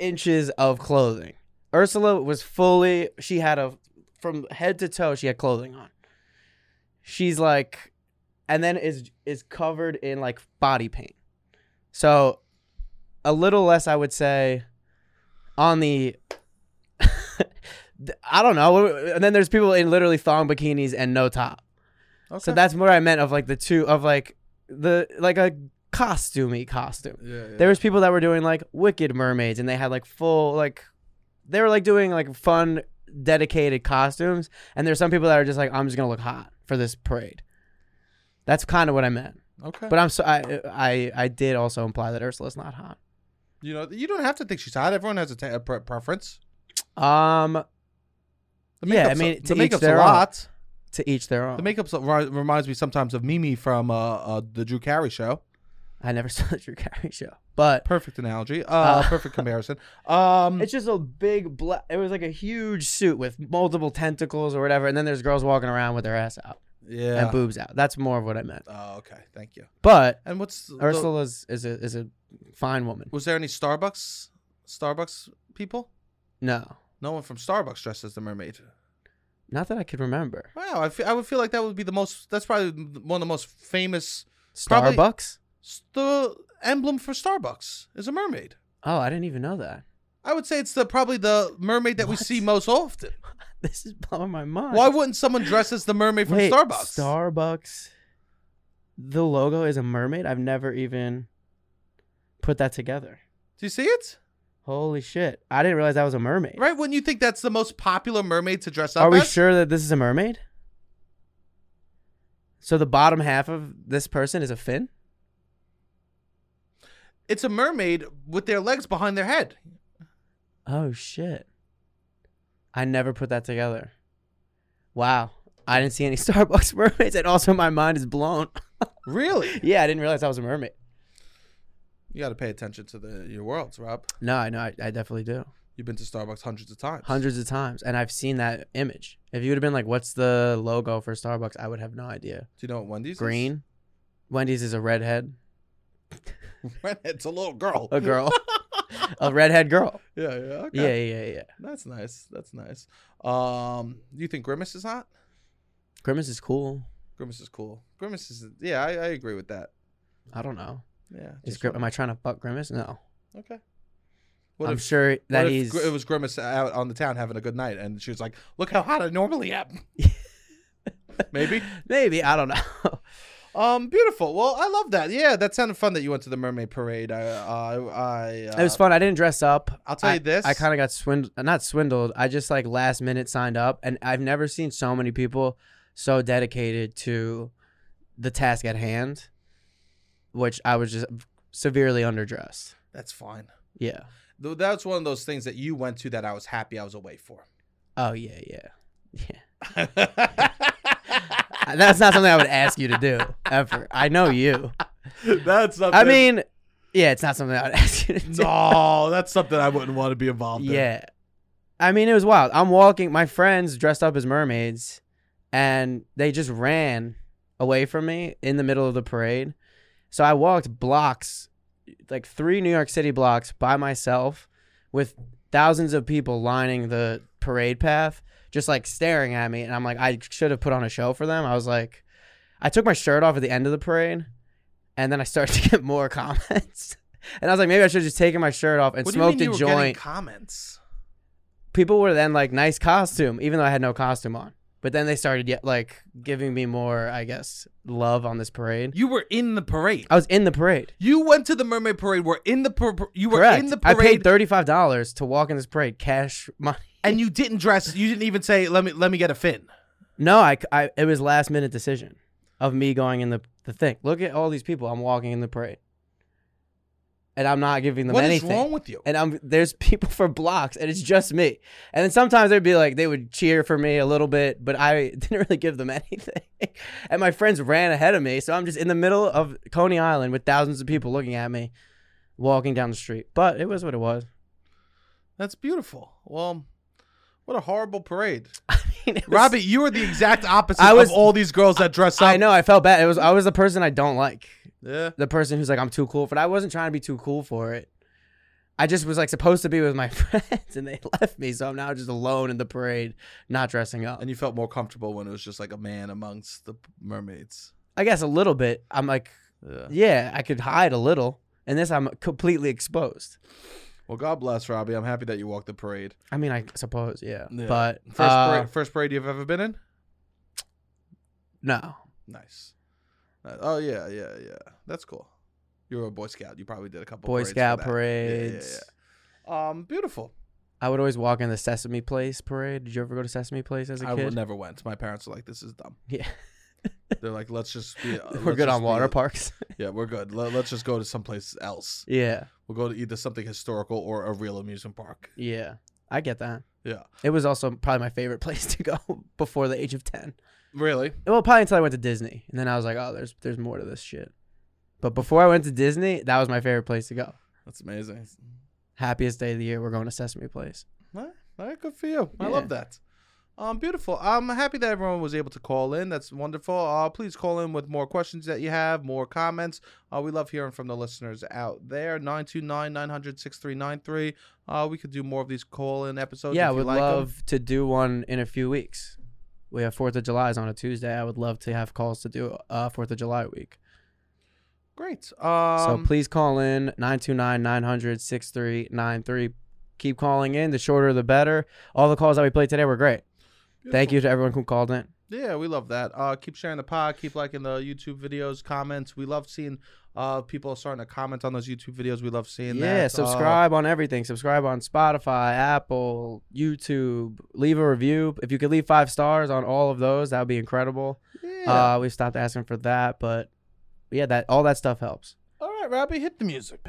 Speaker 2: inches of clothing. Ursula was fully. She had a from head to toe. She had clothing on. She's like, and then is is covered in like body paint. So a little less, I would say, on the. [laughs] I don't know. And then there's people in literally thong bikinis and no top.
Speaker 1: Okay.
Speaker 2: So that's what I meant of like the two of like the like a costumey costume.
Speaker 1: yeah, yeah.
Speaker 2: There was people that were doing like wicked mermaids and they had like full like they were like doing like fun dedicated costumes and there's some people that are just like I'm just going to look hot for this parade. That's kind of what I meant.
Speaker 1: okay.
Speaker 2: But I'm so I I I did also imply that Ursula's not hot.
Speaker 1: you know, you don't have to think she's hot. Everyone has a ta- a pre- preference.
Speaker 2: Um
Speaker 1: The
Speaker 2: Yeah, I
Speaker 1: makeup's
Speaker 2: mean,
Speaker 1: a,
Speaker 2: to
Speaker 1: the
Speaker 2: each
Speaker 1: makeup's a
Speaker 2: their own.
Speaker 1: lot.
Speaker 2: to each their own.
Speaker 1: The makeup's a, ri- reminds me sometimes of Mimi from uh, uh, the Drew Carey show.
Speaker 2: I never [laughs] saw the Drew Carey show. But
Speaker 1: Perfect analogy. Uh,
Speaker 2: Uh,
Speaker 1: [laughs] perfect comparison. Um,
Speaker 2: It's just a big black. It was like a huge suit with multiple tentacles or whatever, and then there's girls walking around with their ass out
Speaker 1: yeah.
Speaker 2: and boobs out. That's more of what I meant.
Speaker 1: Oh, okay. Thank you.
Speaker 2: But
Speaker 1: And what's the-
Speaker 2: Ursula's is a is a fine woman.
Speaker 1: was there any Starbucks Starbucks people?
Speaker 2: No,
Speaker 1: No one from Starbucks dressed as the mermaid.
Speaker 2: not that I could remember.
Speaker 1: Wow, I, fe- I would feel like that would be the most. That's probably one of the most famous. Probably-
Speaker 2: Starbucks.
Speaker 1: s- The emblem for Starbucks is a mermaid.
Speaker 2: Oh, I didn't even know that. [laughs]
Speaker 1: I would say it's the probably the mermaid that we
Speaker 2: What?
Speaker 1: see most often.
Speaker 2: This is blowing my mind.
Speaker 1: Why wouldn't someone dress as the mermaid from
Speaker 2: Wait,
Speaker 1: Starbucks?
Speaker 2: Starbucks. The logo is a mermaid. I've never even put that together.
Speaker 1: Do you see it?
Speaker 2: Holy shit! I didn't realize that was a mermaid.
Speaker 1: Right? Wouldn't you think that's the most popular mermaid to dress up
Speaker 2: Are we
Speaker 1: as?
Speaker 2: sure that this is a mermaid? So the bottom half of this person is a fin?
Speaker 1: It's a mermaid with their legs behind their head.
Speaker 2: Oh shit. I never put that together. Wow. I didn't see any [laughs] Starbucks mermaids and also my mind is blown. [laughs]
Speaker 1: Really?
Speaker 2: yeah, I didn't realize I was a mermaid.
Speaker 1: You got to pay attention to the your worlds, Rob.
Speaker 2: No, I know I, I definitely do.
Speaker 1: You've been to Starbucks hundreds of times.
Speaker 2: Hundreds of times and I've seen that image. If you would have been like what's the logo for Starbucks, I would have no idea.
Speaker 1: Do you know what Wendy's is? [laughs]
Speaker 2: Green. Wendy's is a redhead.
Speaker 1: it's a little girl.
Speaker 2: A girl. [laughs] a
Speaker 1: [laughs]
Speaker 2: redhead girl.
Speaker 1: Yeah, yeah, okay.
Speaker 2: Yeah, yeah, yeah, yeah.
Speaker 1: That's nice. That's nice. Um, do you think Grimace is hot?
Speaker 2: Grimace is cool.
Speaker 1: Grimace is cool. Grimace is yeah, I, I agree with that.
Speaker 2: I don't know.
Speaker 1: Yeah.
Speaker 2: Is
Speaker 1: just
Speaker 2: Grim-
Speaker 1: one-
Speaker 2: am I trying to fuck Grimace? No.
Speaker 1: Okay. What
Speaker 2: I'm
Speaker 1: if,
Speaker 2: sure
Speaker 1: what
Speaker 2: that
Speaker 1: if
Speaker 2: he's.
Speaker 1: Gr-
Speaker 2: [laughs]
Speaker 1: it was Grimace out on the town having a good night, and she was like, "Look how hot I normally am." Maybe.
Speaker 2: Maybe. I don't know. [laughs]
Speaker 1: Um, beautiful. Well, I love that. Yeah, that sounded fun that you went to the mermaid parade. I, uh, I, uh,
Speaker 2: it was fun. I didn't dress up.
Speaker 1: I'll tell
Speaker 2: I-
Speaker 1: you this.
Speaker 2: I kind of got swindled. Not swindled. I just like last minute signed up. And I've never seen so many people so dedicated to the task at hand, which I was just severely underdressed.
Speaker 1: That's fine.
Speaker 2: Yeah.
Speaker 1: Though That's one of those things that you went to that I was happy I was away
Speaker 2: [laughs]
Speaker 1: for. [laughs]
Speaker 2: Oh, yeah, yeah. Yeah. That's not something I would ask you to do ever. I know
Speaker 1: [laughs]
Speaker 2: you.
Speaker 1: that's something.
Speaker 2: I mean, yeah, it's not something I would [laughs]
Speaker 1: [laughs]
Speaker 2: ask you to do.
Speaker 1: no, that's something I wouldn't want to be involved in.
Speaker 2: Yeah. I mean, it was wild. I'm walking, my friends dressed up as mermaids, and they just ran away from me in the middle of the parade. So I walked blocks, like three New York City blocks by myself with thousands of people lining the parade path, just like staring at me. And I'm like, I should have put on a show for them. I was like, I took my shirt off at the end of the parade, and then I started [laughs] to get more comments. And I was like, maybe I should have just taken my shirt off and
Speaker 1: What do you mean
Speaker 2: smoked
Speaker 1: you
Speaker 2: a
Speaker 1: were getting
Speaker 2: joint
Speaker 1: comments.
Speaker 2: people were then like nice costume even though i had no costume on but then they started yet like giving me more i guess love on this parade
Speaker 1: You were in the parade.
Speaker 2: i was in the parade
Speaker 1: You went to the mermaid parade. Were in the par- you were
Speaker 2: correct
Speaker 1: in the
Speaker 2: i
Speaker 1: parade.
Speaker 2: paid $35 to walk in this parade cash money
Speaker 1: and you didn't dress. You didn't even say, "Let me let me get a fin."
Speaker 2: no I, I it was last minute decision of me going in the the thing look at all these people i'm walking in the parade and i'm not giving them
Speaker 1: What is
Speaker 2: anything
Speaker 1: wrong with you?
Speaker 2: and I'm there's people for blocks, and it's just me. And then sometimes they'd be like, they would cheer for me a little bit, but I [laughs] didn't really give them anything. and my friends ran ahead of me, so I'm just in the middle of Coney Island with thousands of people looking at me, walking down the street. But it was what it was. [laughs]
Speaker 1: That's beautiful. Well, what a horrible parade,
Speaker 2: I mean, it was-
Speaker 1: Robbie. You are the exact opposite
Speaker 2: [laughs] I was-
Speaker 1: of all these girls that dress up.
Speaker 2: I know I felt bad. It was I was the person I don't like,
Speaker 1: Yeah.
Speaker 2: the person who's like I'm too cool for. it. I wasn't trying to be too cool for it. I just was like supposed to be with my [laughs] friends, and they left me, so I'm now just alone in the parade, not dressing up.
Speaker 1: And you felt more comfortable when it was just like a man amongst the mermaids.
Speaker 2: I guess a little bit. I'm like,
Speaker 1: Yeah.
Speaker 2: yeah, I could hide a little. And this I'm completely exposed.
Speaker 1: Well, God bless Robbie. I'm happy that you walked the parade.
Speaker 2: I mean, I suppose, yeah.
Speaker 1: Yeah.
Speaker 2: But
Speaker 1: First,
Speaker 2: uh,
Speaker 1: parade, first parade you've ever been in?
Speaker 2: no,
Speaker 1: Nice. Uh, oh yeah, yeah, yeah. That's cool. You were a Boy Scout. You probably did a couple.
Speaker 2: Boy
Speaker 1: parades for
Speaker 2: Scout
Speaker 1: that. Yeah, yeah, yeah,
Speaker 2: parades.
Speaker 1: yeah. Um, beautiful.
Speaker 2: I would always walk in the Sesame Place parade. Did you ever go to Sesame Place as a
Speaker 1: I
Speaker 2: kid?
Speaker 1: would never went. My parents are like, "This is dumb."
Speaker 2: [laughs] Yeah,
Speaker 1: They're like, "Let's just
Speaker 2: [laughs]
Speaker 1: be. uh,
Speaker 2: we're
Speaker 1: let's
Speaker 2: good
Speaker 1: just
Speaker 2: on
Speaker 1: be-
Speaker 2: water parks. [laughs]
Speaker 1: Yeah, we're good. Let, let's just go to someplace else.
Speaker 2: yeah,
Speaker 1: We'll go to either something historical or a real amusement park.
Speaker 2: yeah, I get that.
Speaker 1: Yeah.
Speaker 2: It was also probably my favorite [laughs] place to go before the age of ten.
Speaker 1: Really?
Speaker 2: Well, probably until I went to Disney, and then I was like, oh, there's there's more to this shit. But before I went to Disney, that was my favorite place to go.
Speaker 1: That's amazing.
Speaker 2: Happiest day of the year, we're going to Sesame Place.
Speaker 1: All right, good for you. I
Speaker 2: Yeah.
Speaker 1: love that. Um, beautiful. I'm happy that everyone was able to call in. That's wonderful. Uh, please call in with more questions that you have, more comments. Uh, we love hearing from the listeners out there. 929 900 6393. Uh, we could do more of these call in episodes.
Speaker 2: yeah, I
Speaker 1: if you
Speaker 2: would
Speaker 1: like 'em.
Speaker 2: love to do one in a few weeks. We have Fourth of July's on a Tuesday. I would love to have calls to do uh Fourth of July week.
Speaker 1: Great. Um,
Speaker 2: so please call in 929-900-6393. Keep calling in. The shorter the better. All the calls that we played today were great. Thank you to everyone who called in.
Speaker 1: Um, Yeah, we love that. Uh, keep sharing the pod. Keep liking the YouTube videos, comments. We love seeing uh, people starting to comment on those YouTube videos. We love seeing that.
Speaker 2: yeah,
Speaker 1: Uh,
Speaker 2: subscribe on everything. Subscribe on Spotify, Apple, YouTube. Leave a review. If you could leave five stars on all of those, that would be incredible.
Speaker 1: yeah.
Speaker 2: Uh, we stopped asking for that, but yeah, that all that stuff helps.
Speaker 1: All right, Robbie, hit the music.